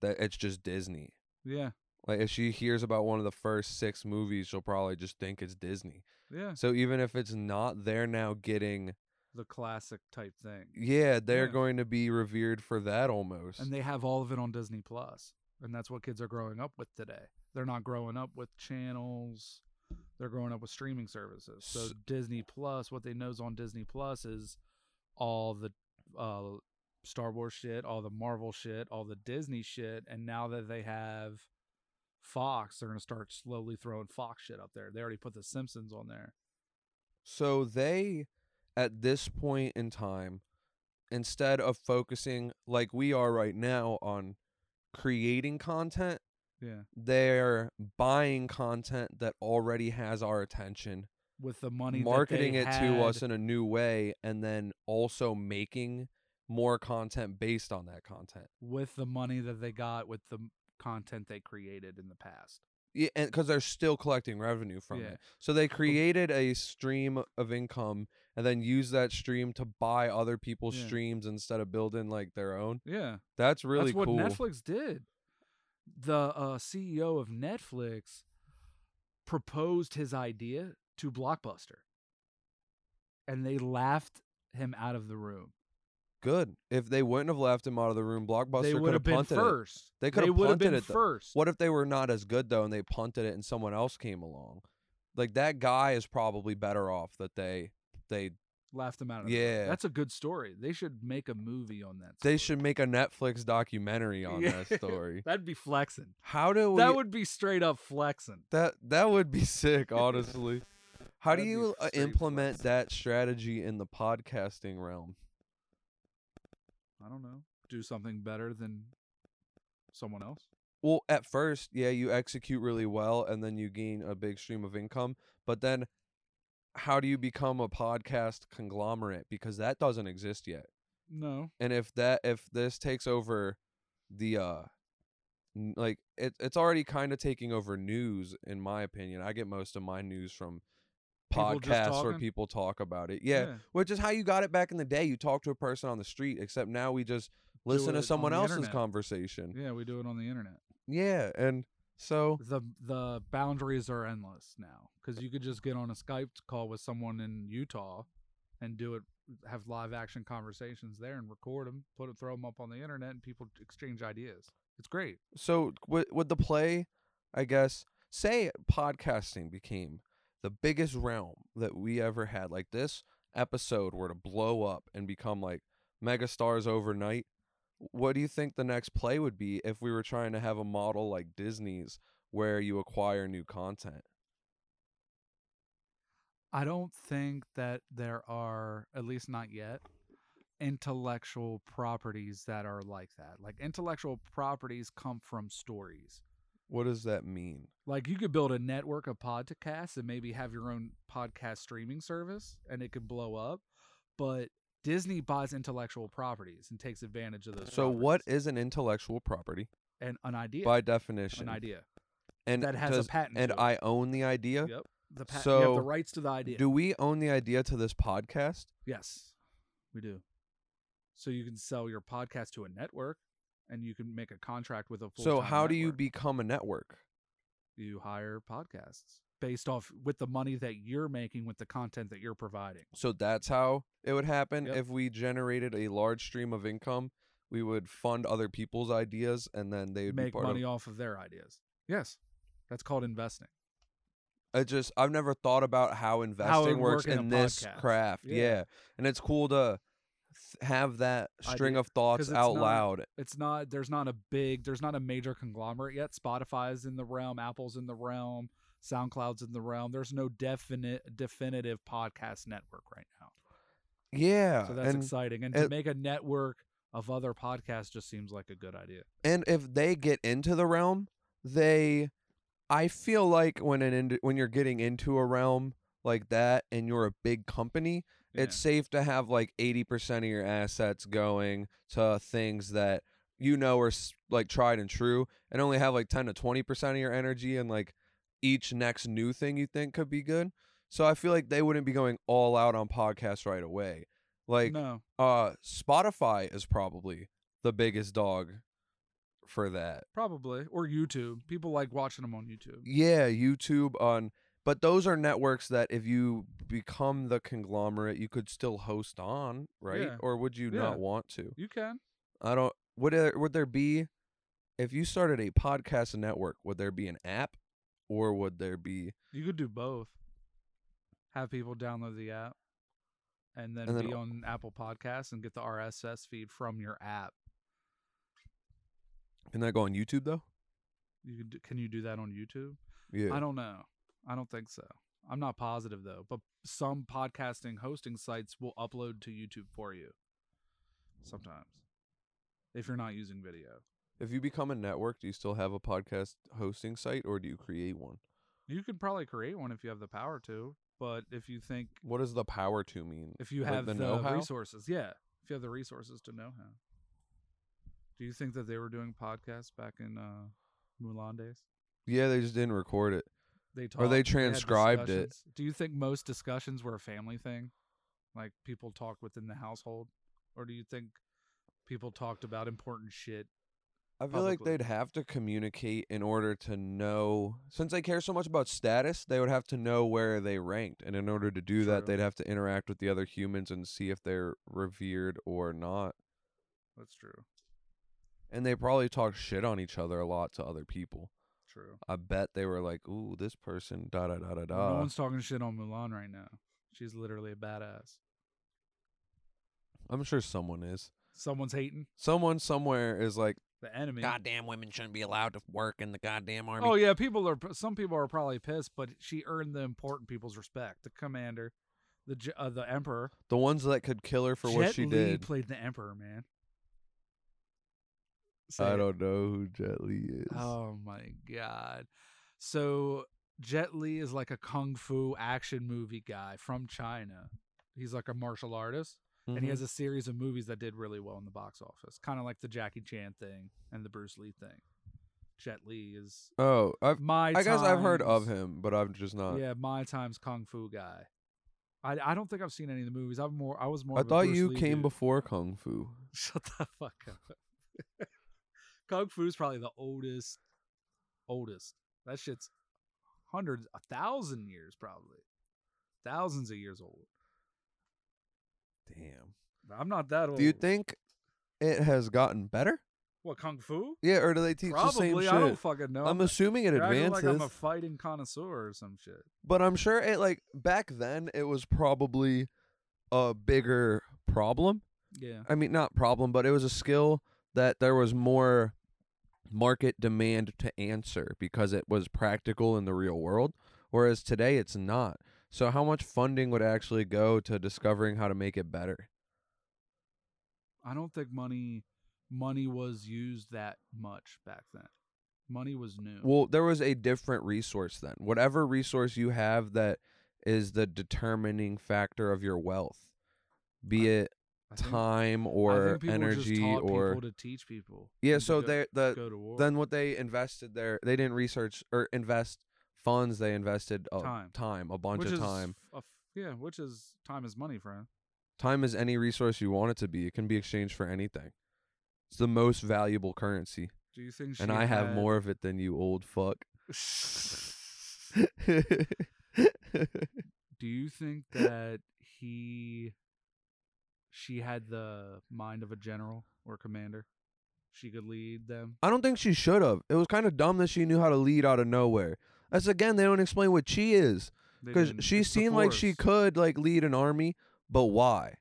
S2: that it's just Disney.
S1: yeah,
S2: Like if she hears about one of the first 6 movies, she'll probably just think it's Disney.
S1: yeah.
S2: So even if it's not, they're now getting
S1: The classic type thing,
S2: yeah, they're
S1: Yeah.
S2: going to be revered for that almost.
S1: and they have all of it on Disney Plus, and that's what kids are growing up with today. They're not growing up with channels. They're growing up with streaming services. So
S2: S-
S1: Disney Plus, what they know is on Disney Plus is all the uh, Star Wars shit, all the Marvel shit, all the Disney shit, and now that they have Fox, they're gonna start slowly throwing Fox shit up there. They already put the Simpsons on there.
S2: so they, at this point in time, instead of focusing like we are right now on creating content,
S1: Yeah,
S2: they're buying content that already has our attention,
S1: with the money that they
S2: marketing it to
S1: had-
S2: us in a new way, and then also making more content based on that content.
S1: with the money that they got with the m- content they created in the past.
S2: Yeah, and because they're still collecting revenue from
S1: Yeah.
S2: it. So
S1: Oh.
S2: they created a stream of income and then use that stream to buy other people's
S1: Yeah.
S2: streams instead of building like their own.
S1: Yeah,
S2: That's really
S1: that's what
S2: cool.
S1: Netflix did. The uh, CEO of Netflix proposed his idea to Blockbuster, and they laughed him out of the room.
S2: Good. If they wouldn't have left him out of the room,
S1: they
S2: Blockbuster could have
S1: would have been
S2: punted it.
S1: first.
S2: They could have
S1: would have
S2: punted
S1: been
S2: it, though.
S1: first.
S2: What if they were not as good though and they punted it and someone else came along? Like that guy is probably better off that they they
S1: Laughed him out. Of the room.
S2: yeah.
S1: that's a good story. They should make a movie on that.
S2: they
S1: story.
S2: should make a Netflix documentary on
S1: Yeah.
S2: that story.
S1: That'd be flexing.
S2: How do we
S1: That would be straight up flexing.
S2: That that would be sick, honestly. How do
S1: That'd be
S2: you uh,
S1: straight
S2: implement
S1: flex.
S2: that strategy in the podcasting realm?
S1: I don't know. Do something better than someone else.
S2: Well, at first, yeah, you execute really well and then you gain a big stream of income, but then how do you become a podcast conglomerate because that doesn't exist yet.
S1: No.
S2: And if that if this takes over the uh n- like it, it's already kind of taking over news in my opinion. I get most of my news from
S1: People just
S2: podcasts where
S1: talking?
S2: people talk about it. yeah. which is how you got it back in the day. You talk to a person on the street, except now we just listen
S1: it
S2: to
S1: on
S2: someone
S1: the
S2: else's
S1: internet.
S2: conversation.
S1: Yeah, we do it on the internet.
S2: Yeah, and so
S1: The the boundaries are endless now because you could just get on a Skype call with someone in Utah and do it, have live action conversations there and record them, put it, throw them up on the internet, and people exchange ideas. It's great.
S2: so would would the play, I guess, say podcasting became the biggest realm that we ever had. Like this episode were to blow up and become like megastars overnight. What do you think the next play would be if we were trying to have a model like Disney's where you acquire new content?
S1: I don't think that there are, at least not yet, intellectual properties that are like that. Like intellectual properties come from stories.
S2: What does that mean?
S1: Like you could build a network of podcasts and maybe have your own podcast streaming service and it could blow up. But Disney buys intellectual properties and takes advantage of those.
S2: So, what
S1: properties.
S2: is an intellectual property
S1: an, an idea?
S2: by definition?
S1: an idea
S2: and
S1: that has
S2: does-
S1: a patent.
S2: And
S1: to it.
S2: I own the idea.
S1: Yep. The patent. you have
S2: So,
S1: the rights to the idea.
S2: Do we own the idea to this podcast?
S1: yes, we do. So you can sell your podcast to a network, and you can make a contract with a. Full
S2: so, how do you become a network?
S1: You hire podcasts based off with the money that you're making with the content that you're providing.
S2: So that's how it would happen.
S1: Yep.
S2: If we generated a large stream of income, we would fund other people's ideas, and then they would be
S1: make
S2: part
S1: money
S2: of.
S1: off of their ideas. Yes, that's called investing.
S2: I just I've never thought about how investing
S1: would
S2: works
S1: work in a
S2: in this
S1: podcast.
S2: craft.
S1: Yeah.
S2: Yeah. And it's cool to th- have that
S1: Idea.
S2: string of
S1: 'Cause
S2: thoughts
S1: it's
S2: out
S1: not-
S2: loud.
S1: It's not. There's not a big. There's not a major conglomerate yet. Spotify's in the realm. Apple's in the realm. SoundCloud's in the realm. There's no definite definitive podcast network right now.
S2: Yeah.
S1: So that's
S2: Uh, and
S1: exciting. And to
S2: and-
S1: make a network of other podcasts just seems like a good idea.
S2: and if they get into the realm, they I feel like when an ind- when you're getting into a realm like that and you're a big company,
S1: Yeah.
S2: it's safe to have like 80% of your assets going to things that you know are s- like tried and true and only have like 10 to 20% of your energy and like each next new thing you think could be good so i feel like they wouldn't be going all out on podcasts right away like
S1: no.
S2: uh spotify is probably the biggest dog for that
S1: Probably. Or YouTube. People like watching them on YouTube.
S2: yeah, YouTube on but those are networks that if you become the conglomerate you could still host on, right?
S1: Yeah.
S2: Or would you
S1: Yeah.
S2: not want to?
S1: You can.
S2: I don't would there would there be if you started a podcast network, would there be an app or would there be
S1: You could do both. Have people download the app and then,
S2: And then-
S1: be on Apple Podcasts and get the RSS feed from your app.
S2: can that go on YouTube though?
S1: You can do, can you do that on YouTube?
S2: Yeah.
S1: I don't know. I don't think so. I'm not positive though, but some podcasting hosting sites will upload to YouTube for you sometimes if you're not using video.
S2: If you become a network, do you still have a podcast hosting site or do you create one?
S1: You could probably create one if you have the power to, but if you think
S2: What does the power to mean?
S1: if you
S2: Like
S1: have
S2: the
S1: the,
S2: know-how?
S1: resources, yeah, if you have the resources to know how. Do you think that they were doing podcasts back in uh, Mulan days?
S2: Yeah, they just didn't record it.
S1: They
S2: Or they
S1: talked, had
S2: transcribed it.
S1: discussions. Do you think most discussions were a family thing, like people talk within the household, or do you think people talked about important shit?
S2: I feel like
S1: publicly.
S2: they'd have to communicate in order to know. Since they care so much about status, they would have to know where they ranked, and in order to do that,
S1: True.
S2: they'd have to interact with the other humans and see if they're revered or not.
S1: That's true.
S2: And they probably talk shit on each other a lot to other people.
S1: True.
S2: I bet they were like, "Ooh, this person, da da da da
S1: No
S2: da."
S1: one's talking shit on Mulan right now. She's literally a badass.
S2: I'm sure someone is.
S1: Someone's hating
S2: Someone somewhere is like,
S1: the enemy.
S2: "Goddamn women shouldn't be allowed to work in the goddamn army."
S1: Oh yeah, people are. Some people are probably pissed, but she earned the important people's respect. The commander, the j- uh, the emperor.
S2: The ones that could kill her for what
S1: Jet
S2: she
S1: Li
S2: did.
S1: played the emperor, man. Say
S2: I
S1: it.
S2: don't know who Jet Li is.
S1: Oh my god. So Jet Li is like a kung fu action movie guy from China. He's like a martial artist, and
S2: Mhm.
S1: he has a series of movies that did really well in the box office, kind of like the Jackie Chan thing and the Bruce Lee thing. Jet Li is
S2: Oh, I've
S1: my.
S2: I guess I've heard of
S1: times-
S2: him, but I've just not.
S1: Yeah, my time's kung fu guy. I, I don't think I've seen any of the movies. I'm more. I was more.
S2: I
S1: of a
S2: thought
S1: Bruce
S2: you
S1: Lee
S2: came
S1: dude.
S2: before Kung Fu.
S1: Shut the fuck up. kung fu's probably the oldest, oldest. That shit's hundreds, a thousand years probably, thousands of years old.
S2: Damn.
S1: I'm not that old.
S2: Do you think it has gotten better?
S1: what kung fu?
S2: Yeah, or do they teach the same
S1: Probably.
S2: shit?
S1: I don't fucking know.
S2: I'm assuming it
S1: You're acting
S2: advances,
S1: Like I'm a fighting connoisseur or some shit.
S2: but I'm sure it like back then it was probably a bigger problem.
S1: Yeah.
S2: I mean, not problem, but it was a skill that there was more market demand to answer because it was practical in the real world. Whereas today, it's not. So, how much funding would actually go to discovering how to make it better?
S1: I don't think money, money was used that much back then. Money was new.
S2: Well, there was a different resource then. Whatever resource you have that is the determining factor of your wealth, be it
S1: I think-
S2: time
S1: I
S2: or
S1: think people just
S2: energy
S1: taught
S2: or
S1: people to teach people.
S2: yeah.
S1: and to
S2: So
S1: go-
S2: they the
S1: go to war.
S2: then what they invested there they didn't research or invest funds they invested uh,
S1: Time.
S2: a bunch
S1: which
S2: of
S1: is
S2: time
S1: f- a f- yeah, which is time is money, friend.
S2: time is any resource you want it to be it can be exchanged for anything it's the most valuable currency
S1: Do you think? She
S2: and i have
S1: had-
S2: more of it than you old fuck
S1: Do you think that he, she had the mind of a general or commander? she could lead them.
S2: I don't think she should have. It was kind of dumb that she knew how to lead out of nowhere. That's again, they don't explain what chi is
S1: They
S2: because
S1: didn't-
S2: she
S1: it's the
S2: seemed like she
S1: Force.
S2: could like lead an army, but why?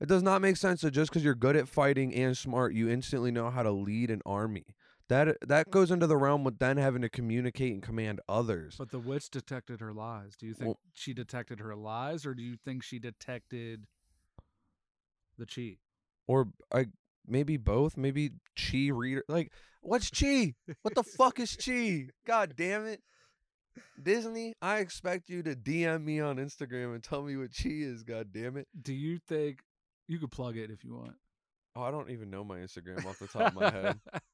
S2: It does not make sense that just because you're good at fighting and smart, you instantly know how to lead an army. That
S1: Hmm.
S2: that goes into the realm with then having to communicate and command others.
S1: But the witch detected her lies. Do you think
S2: Well-
S1: she detected her lies, or do you think she detected the cheat?
S2: or I maybe both, maybe chi reader. Like, what's chi? What the fuck is chi? God damn it, Disney! I expect you to DM me on Instagram and tell me what chi is. God damn it!
S1: Do you think you could plug it if you want?
S2: Oh, I don't even know my Instagram off the top of my head.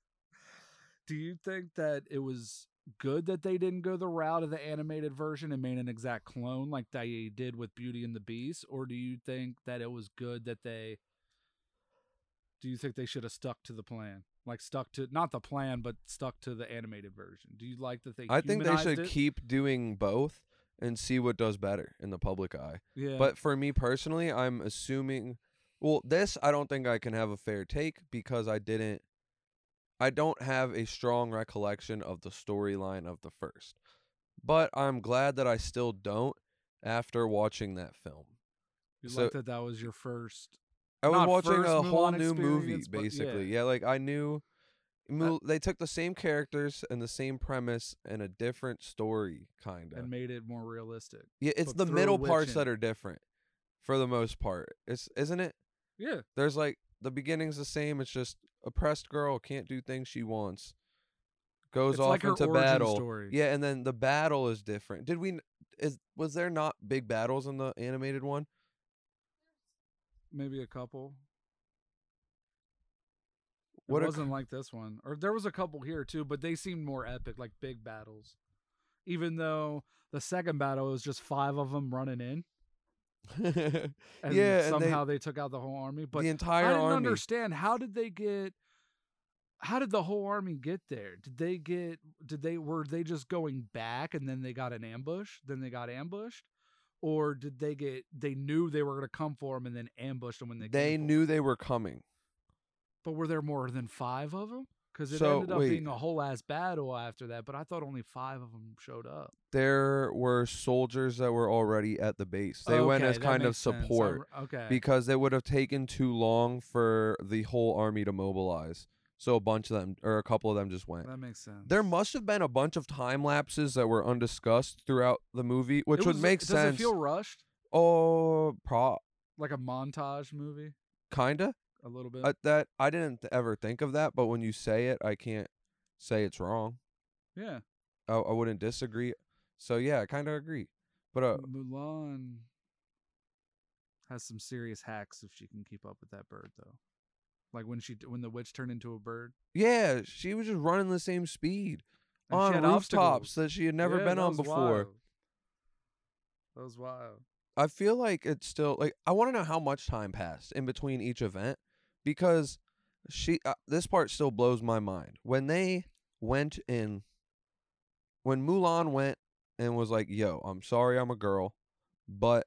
S1: Do you think that it was good that they didn't go the route of the animated version and made an exact clone like they did with Beauty and the Beast, or do you think that it was good that they? Do you think they should have stuck to the plan, like stuck to not the plan, but stuck to the animated version? Do you like that they?
S2: I think they
S1: humanized
S2: should
S1: it?
S2: keep doing both and see what does better in the public eye.
S1: Yeah,
S2: But for me personally, I'm assuming. Well, this I don't think I can have a fair take because I didn't. I don't have a strong recollection of the storyline of the first. But I'm glad that I still don't after watching that film.
S1: you
S2: so-
S1: like that that was your first.
S2: I was
S1: Not
S2: watching
S1: first
S2: a whole
S1: Mulan
S2: new movie,
S1: experience, but yeah.
S2: basically. Yeah. like I knew. Mul- they took the same characters and the same premise and a different story, kind of.
S1: And made it more realistic.
S2: Yeah, it's
S1: But
S2: the
S1: through
S2: middle parts
S1: witching.
S2: that are different, for the most part. It's isn't it?
S1: Yeah,
S2: There's like the beginning's the same. It's just oppressed girl can't do things she wants, goes
S1: it's
S2: off
S1: like her
S2: into
S1: origin
S2: battle.
S1: story.
S2: Yeah, and then the battle is different. Did we? n- Is was there not big battles in the animated one?
S1: maybe a couple.
S2: What
S1: it
S2: a
S1: wasn't like this one. Or there was a couple here too, but they seemed more epic, like big battles. Even though the second battle was just five of them running in,
S2: the
S1: and
S2: Yeah, and they-
S1: somehow they, took out the whole army. But I
S2: entire
S1: didn't
S2: army.
S1: understand how did they get? How did the whole army get there? Did they get? Did they were they just going back and then they got an ambush? Then they got ambushed, or did they get? They knew they were going to come for them and then ambushed them when they.
S2: They,
S1: came for 'em?
S2: knew they were coming.
S1: But were there more than five of them? Because it
S2: So,
S1: ended up
S2: wait.
S1: being a whole ass battle after that. But I thought only five of them showed up.
S2: There were soldiers that were already at the base. They went
S1: Okay,
S2: as
S1: that
S2: kind of
S1: makes sense. I
S2: support.
S1: re- okay.
S2: because it would have taken too long for the whole army to mobilize. So a bunch of them, or a couple of them, just went.
S1: that makes sense.
S2: There must have been a bunch of time lapses that were undiscussed throughout the movie, which
S1: It
S2: would
S1: was- uh,
S2: make
S1: does
S2: sense.
S1: it feel rushed?
S2: oh, pro
S1: Like a montage movie?
S2: kinda.
S1: A little bit?
S2: Uh, that I didn't ever think of that, but when you say it, I can't say it's wrong.
S1: yeah.
S2: I, I wouldn't disagree. So yeah, I kind of agree. But uh,
S1: Mm. Mulan has some serious hacks if she can keep up with that bird, though. Like when she when the witch turned into a bird.
S2: yeah, she was just running the same speed
S1: And
S2: on
S1: she had
S2: rooftops
S1: obstacles.
S2: that she had never
S1: Yeah,
S2: been
S1: that
S2: on
S1: was
S2: before.
S1: wild. That was wild.
S2: I feel like it's still like I want to know how much time passed in between each event because she uh, this part still blows my mind when they went in when Mulan went and was like, "Yo, I'm sorry, I'm a girl, but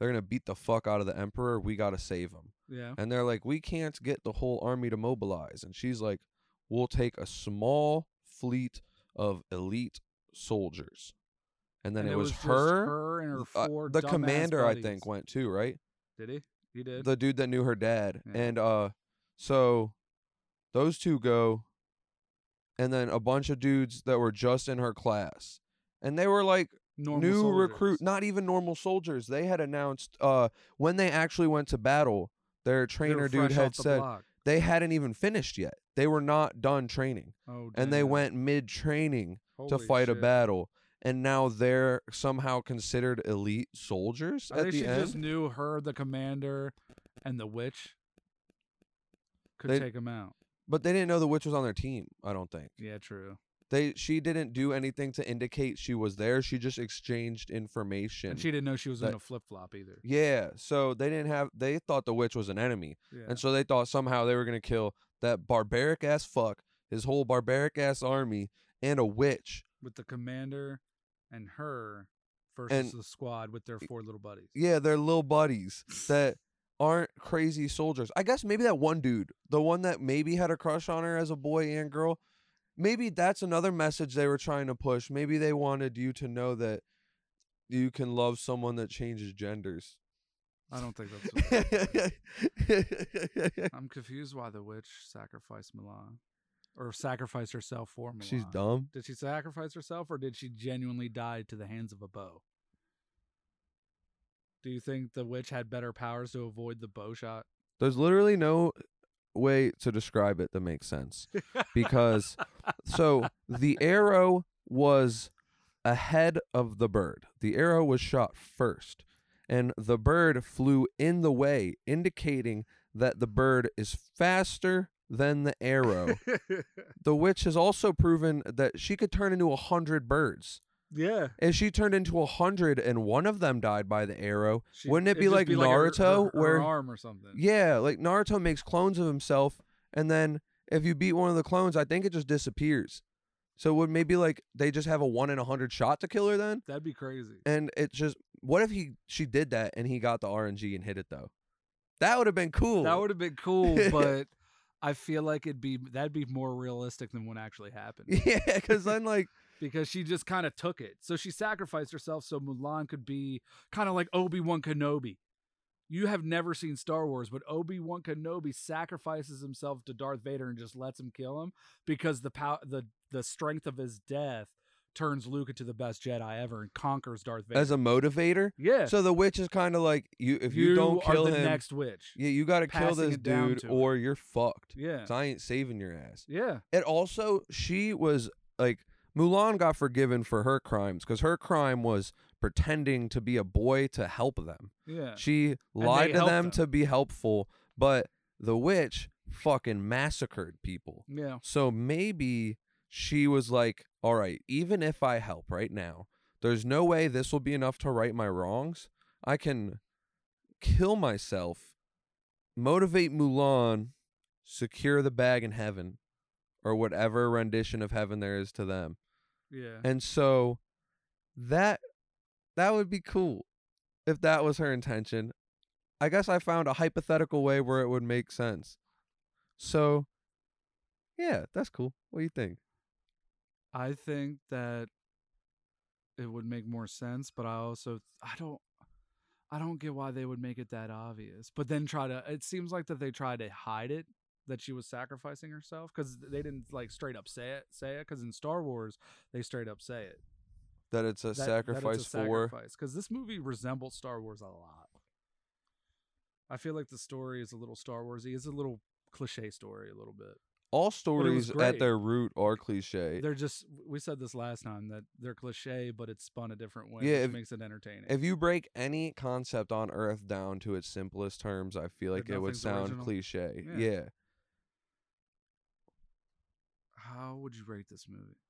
S2: they're gonna beat the fuck out of the emperor. We gotta save him."
S1: Yeah.
S2: And they're like, we can't get the whole army to mobilize. And she's like, we'll take a small fleet of elite soldiers. And then
S1: And
S2: it,
S1: it
S2: was,
S1: just
S2: her,
S1: her and her
S2: uh,
S1: four
S2: the
S1: dumbass
S2: commander, I
S1: buddies.
S2: think, went too, right?
S1: Did he? He did.
S2: The dude that knew her dad.
S1: Yeah.
S2: And uh, so those two go, and then a bunch of dudes that were just in her class. And they were like
S1: Normal
S2: new
S1: soldiers.
S2: recruit, not even normal soldiers. They had announced uh, when they actually went to battle. Their
S1: They were
S2: trainer dude
S1: fresh
S2: had
S1: off the
S2: said
S1: block.
S2: they hadn't even finished yet. They were not done training,
S1: Oh,
S2: and they
S1: damn.
S2: went mid training to
S1: Holy
S2: fight a
S1: shit.
S2: battle, and now they're somehow considered elite soldiers
S1: I
S2: at
S1: think
S2: the
S1: she
S2: end.
S1: just knew her, the commander, and the witch could
S2: They-
S1: take him out.
S2: but they didn't know the witch was on their team. I don't think
S1: Yeah, true.
S2: they. She didn't do anything to indicate she was there. She just exchanged information.
S1: And she didn't know she was in
S2: that-
S1: a flip flop either.
S2: yeah, so they didn't have. They thought the witch was an enemy.
S1: Yeah.
S2: And so they thought somehow they were going to kill that barbaric ass fuck, his whole barbaric ass army, and a witch.
S1: with the commander and her versus
S2: And-
S1: the squad with their four little buddies.
S2: Yeah, they're little buddies that aren't crazy soldiers. I guess maybe that one dude, the one that maybe had a crush on her as a boy and girl, maybe that's another message they were trying to push. Maybe they wanted you to know that you can love someone that changes genders.
S1: I don't think that's. I'm confused why the witch sacrificed Milan, or sacrificed herself for Milan.
S2: She's dumb.
S1: Did she sacrifice herself, or did she genuinely die to the hands of a bow? Do you think the witch had better powers to avoid the bow shot?
S2: There's literally no way to describe it that makes sense because so the arrow was ahead of the bird. The arrow was shot first, and the bird flew in the way, indicating that the bird is faster than the arrow. the witch has also proven that she could turn into a hundred birds.
S1: yeah,
S2: If she turned into a hundred and one of them died by the arrow,
S1: She-
S2: wouldn't it be
S1: it'd
S2: like
S1: just her-
S2: Naruto,
S1: her- her
S2: where-
S1: arm or something?
S2: yeah, like Naruto makes clones of himself, and then if you beat one of the clones, I think it just disappears. So would maybe like they just have a one in a hundred shot to kill her then?
S1: that'd be crazy.
S2: And it just what if he she did that and he got the RNG and hit it though? That would have been cool.
S1: That would have been cool, but I feel like it'd be that'd be more realistic than what actually happened.
S2: yeah, because then like
S1: because she just kind of took it. So she sacrificed herself so Mulan could be kind of like Obi Wan Kenobi. You have never seen Star Wars, but Obi Wan Kenobi sacrifices himself to Darth Vader and just lets him kill him because the pow- the the strength of his death turns Luke into the best Jedi ever and conquers Darth Vader.
S2: as a motivator.
S1: yeah,
S2: So the witch is kind of like you if you, don't
S1: are
S2: kill
S1: the
S2: him,
S1: next witch.
S2: yeah, you got to kill
S1: passing
S2: this
S1: it down
S2: dude
S1: to her.
S2: or you're fucked.
S1: Yeah,
S2: 'Cause I ain't saving your ass.
S1: yeah,
S2: And also, she was like Mulan got forgiven for her crimes because her crime was pretending to be a boy to help them.
S1: yeah.
S2: She lied to
S1: helped
S2: them
S1: them.
S2: to be helpful, but the witch fucking massacred people.
S1: Yeah,
S2: So maybe she was like, all right, even if I help right now, there's no way this will be enough to right my wrongs. I can kill myself, motivate Mulan, secure the bag in heaven, or whatever rendition of heaven there is to them.
S1: yeah.
S2: And so that that would be cool if that was her intention. I guess I found a hypothetical way where it would make sense. So yeah, that's cool. What do you think?
S1: I think that it would make more sense, but I also I don't I don't get why they would make it that obvious. But then try to it seems like that they tried to hide it that she was sacrificing herself cuz they didn't like straight up say it say it cuz in Star Wars they straight up say it.
S2: That it's a sacrifice for
S1: cuz this movie resembles Star Wars a lot. I feel like the story is a little Star Warsy. It's a little cliche story a little bit.
S2: all stories at
S1: great.
S2: their root are cliche.
S1: They're just we said this last time that they're cliche, but it's spun a different way,
S2: Yeah,
S1: which
S2: if-
S1: makes it entertaining.
S2: If you break any concept on earth down to its simplest terms, I feel
S1: That
S2: like it would
S1: nothing's
S2: sound
S1: original.
S2: cliche.
S1: Yeah.
S2: yeah.
S1: How would you rate this movie?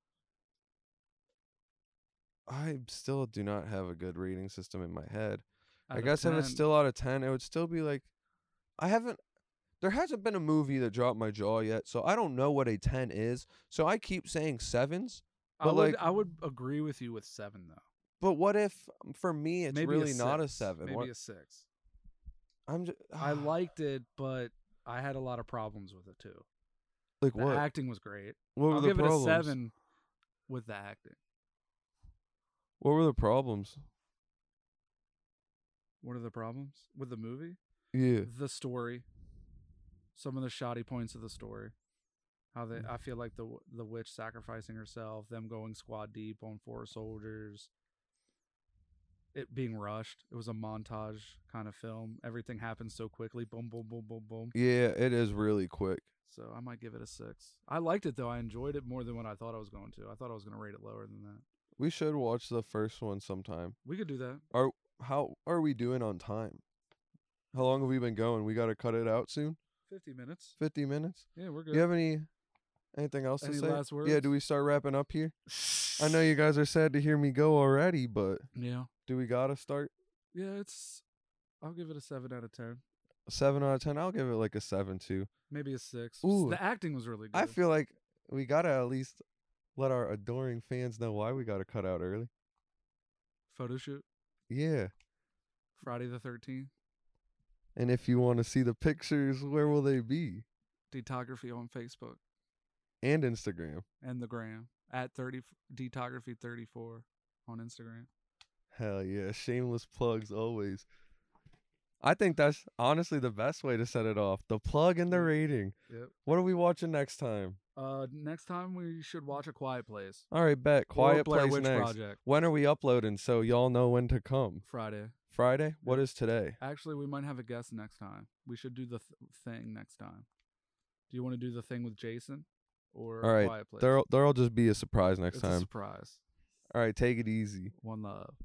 S2: I still do not have a good rating system in my head.
S1: Out
S2: I
S1: of
S2: guess if it's
S1: 10?
S2: still out of ten, it would still be like I haven't there hasn't been a movie that dropped my jaw yet, so I don't know what a ten is. So I keep saying sevens.
S1: I
S2: but,
S1: would,
S2: like-
S1: I would agree with you with seven though.
S2: But what if um, for me it's
S1: Maybe
S2: really
S1: a
S2: not a
S1: six,
S2: seven?
S1: Maybe
S2: what,
S1: a six.
S2: I'm just,
S1: I liked it, but I had a lot of problems with it too.
S2: like
S1: The
S2: what?
S1: acting was great.
S2: what were
S1: I'll
S2: the
S1: give
S2: problems?
S1: it a seven with the acting.
S2: What were the problems?
S1: What are the problems with the movie?
S2: Yeah.
S1: the story, some of the shoddy points of the story, how they
S2: Mm.
S1: I feel like the w- the witch sacrificing herself, them going squad deep on four soldiers, it being rushed. It was a montage kind of film. Everything happened so quickly. Boom, boom, boom, boom, boom.
S2: Yeah, it is really quick.
S1: So I might give it a six. I liked it though. I enjoyed it more than what I thought I was going to. I thought I was going to rate it lower than that.
S2: We should watch the first one sometime.
S1: We could do that.
S2: How are we doing on time? How long have we been going? We gotta cut it out soon?
S1: Fifty minutes.
S2: Fifty minutes?
S1: Yeah, we're good.
S2: You have any anything else
S1: Any
S2: to say?
S1: last
S2: Yeah, do
S1: words?
S2: we start wrapping up here? I know you guys are sad to hear me go already, but
S1: Yeah.
S2: do we gotta start?
S1: Yeah. It's. I'll give it a seven out of ten.
S2: Seven out of ten. I'll give it like a seven too.
S1: Maybe a six.
S2: Ooh.
S1: The acting was really good.
S2: I feel like we gotta at least let our adoring fans know why we gotta cut out early.
S1: photo shoot
S2: Yeah.
S1: Friday the 13th.
S2: And if you want to see the pictures, where will they be?
S1: Detography on Facebook
S2: And Instagram.
S1: and the gram at 30 Detography 34 on Instagram.
S2: Hell yeah, shameless plugs always. I think that's honestly the best way to set it off. The plug and the
S1: Yep.
S2: rating.
S1: Yep.
S2: What are we watching next time?
S1: Uh, next time we should watch A Quiet Place.
S2: All right, bet.
S1: or
S2: Quiet
S1: Blair
S2: Place
S1: Witch
S2: next.
S1: Project
S2: When are we uploading so y'all know when to come?
S1: Friday.
S2: Friday? What is today?
S1: Actually, we might have a guest next time. We should do the th- thing next time. Do you want to do the thing with Jason or
S2: All
S1: A
S2: right,
S1: Quiet Place?
S2: There'll, there'll just be a surprise next
S1: it's a
S2: time.
S1: surprise.
S2: All right, take it easy.
S1: One love.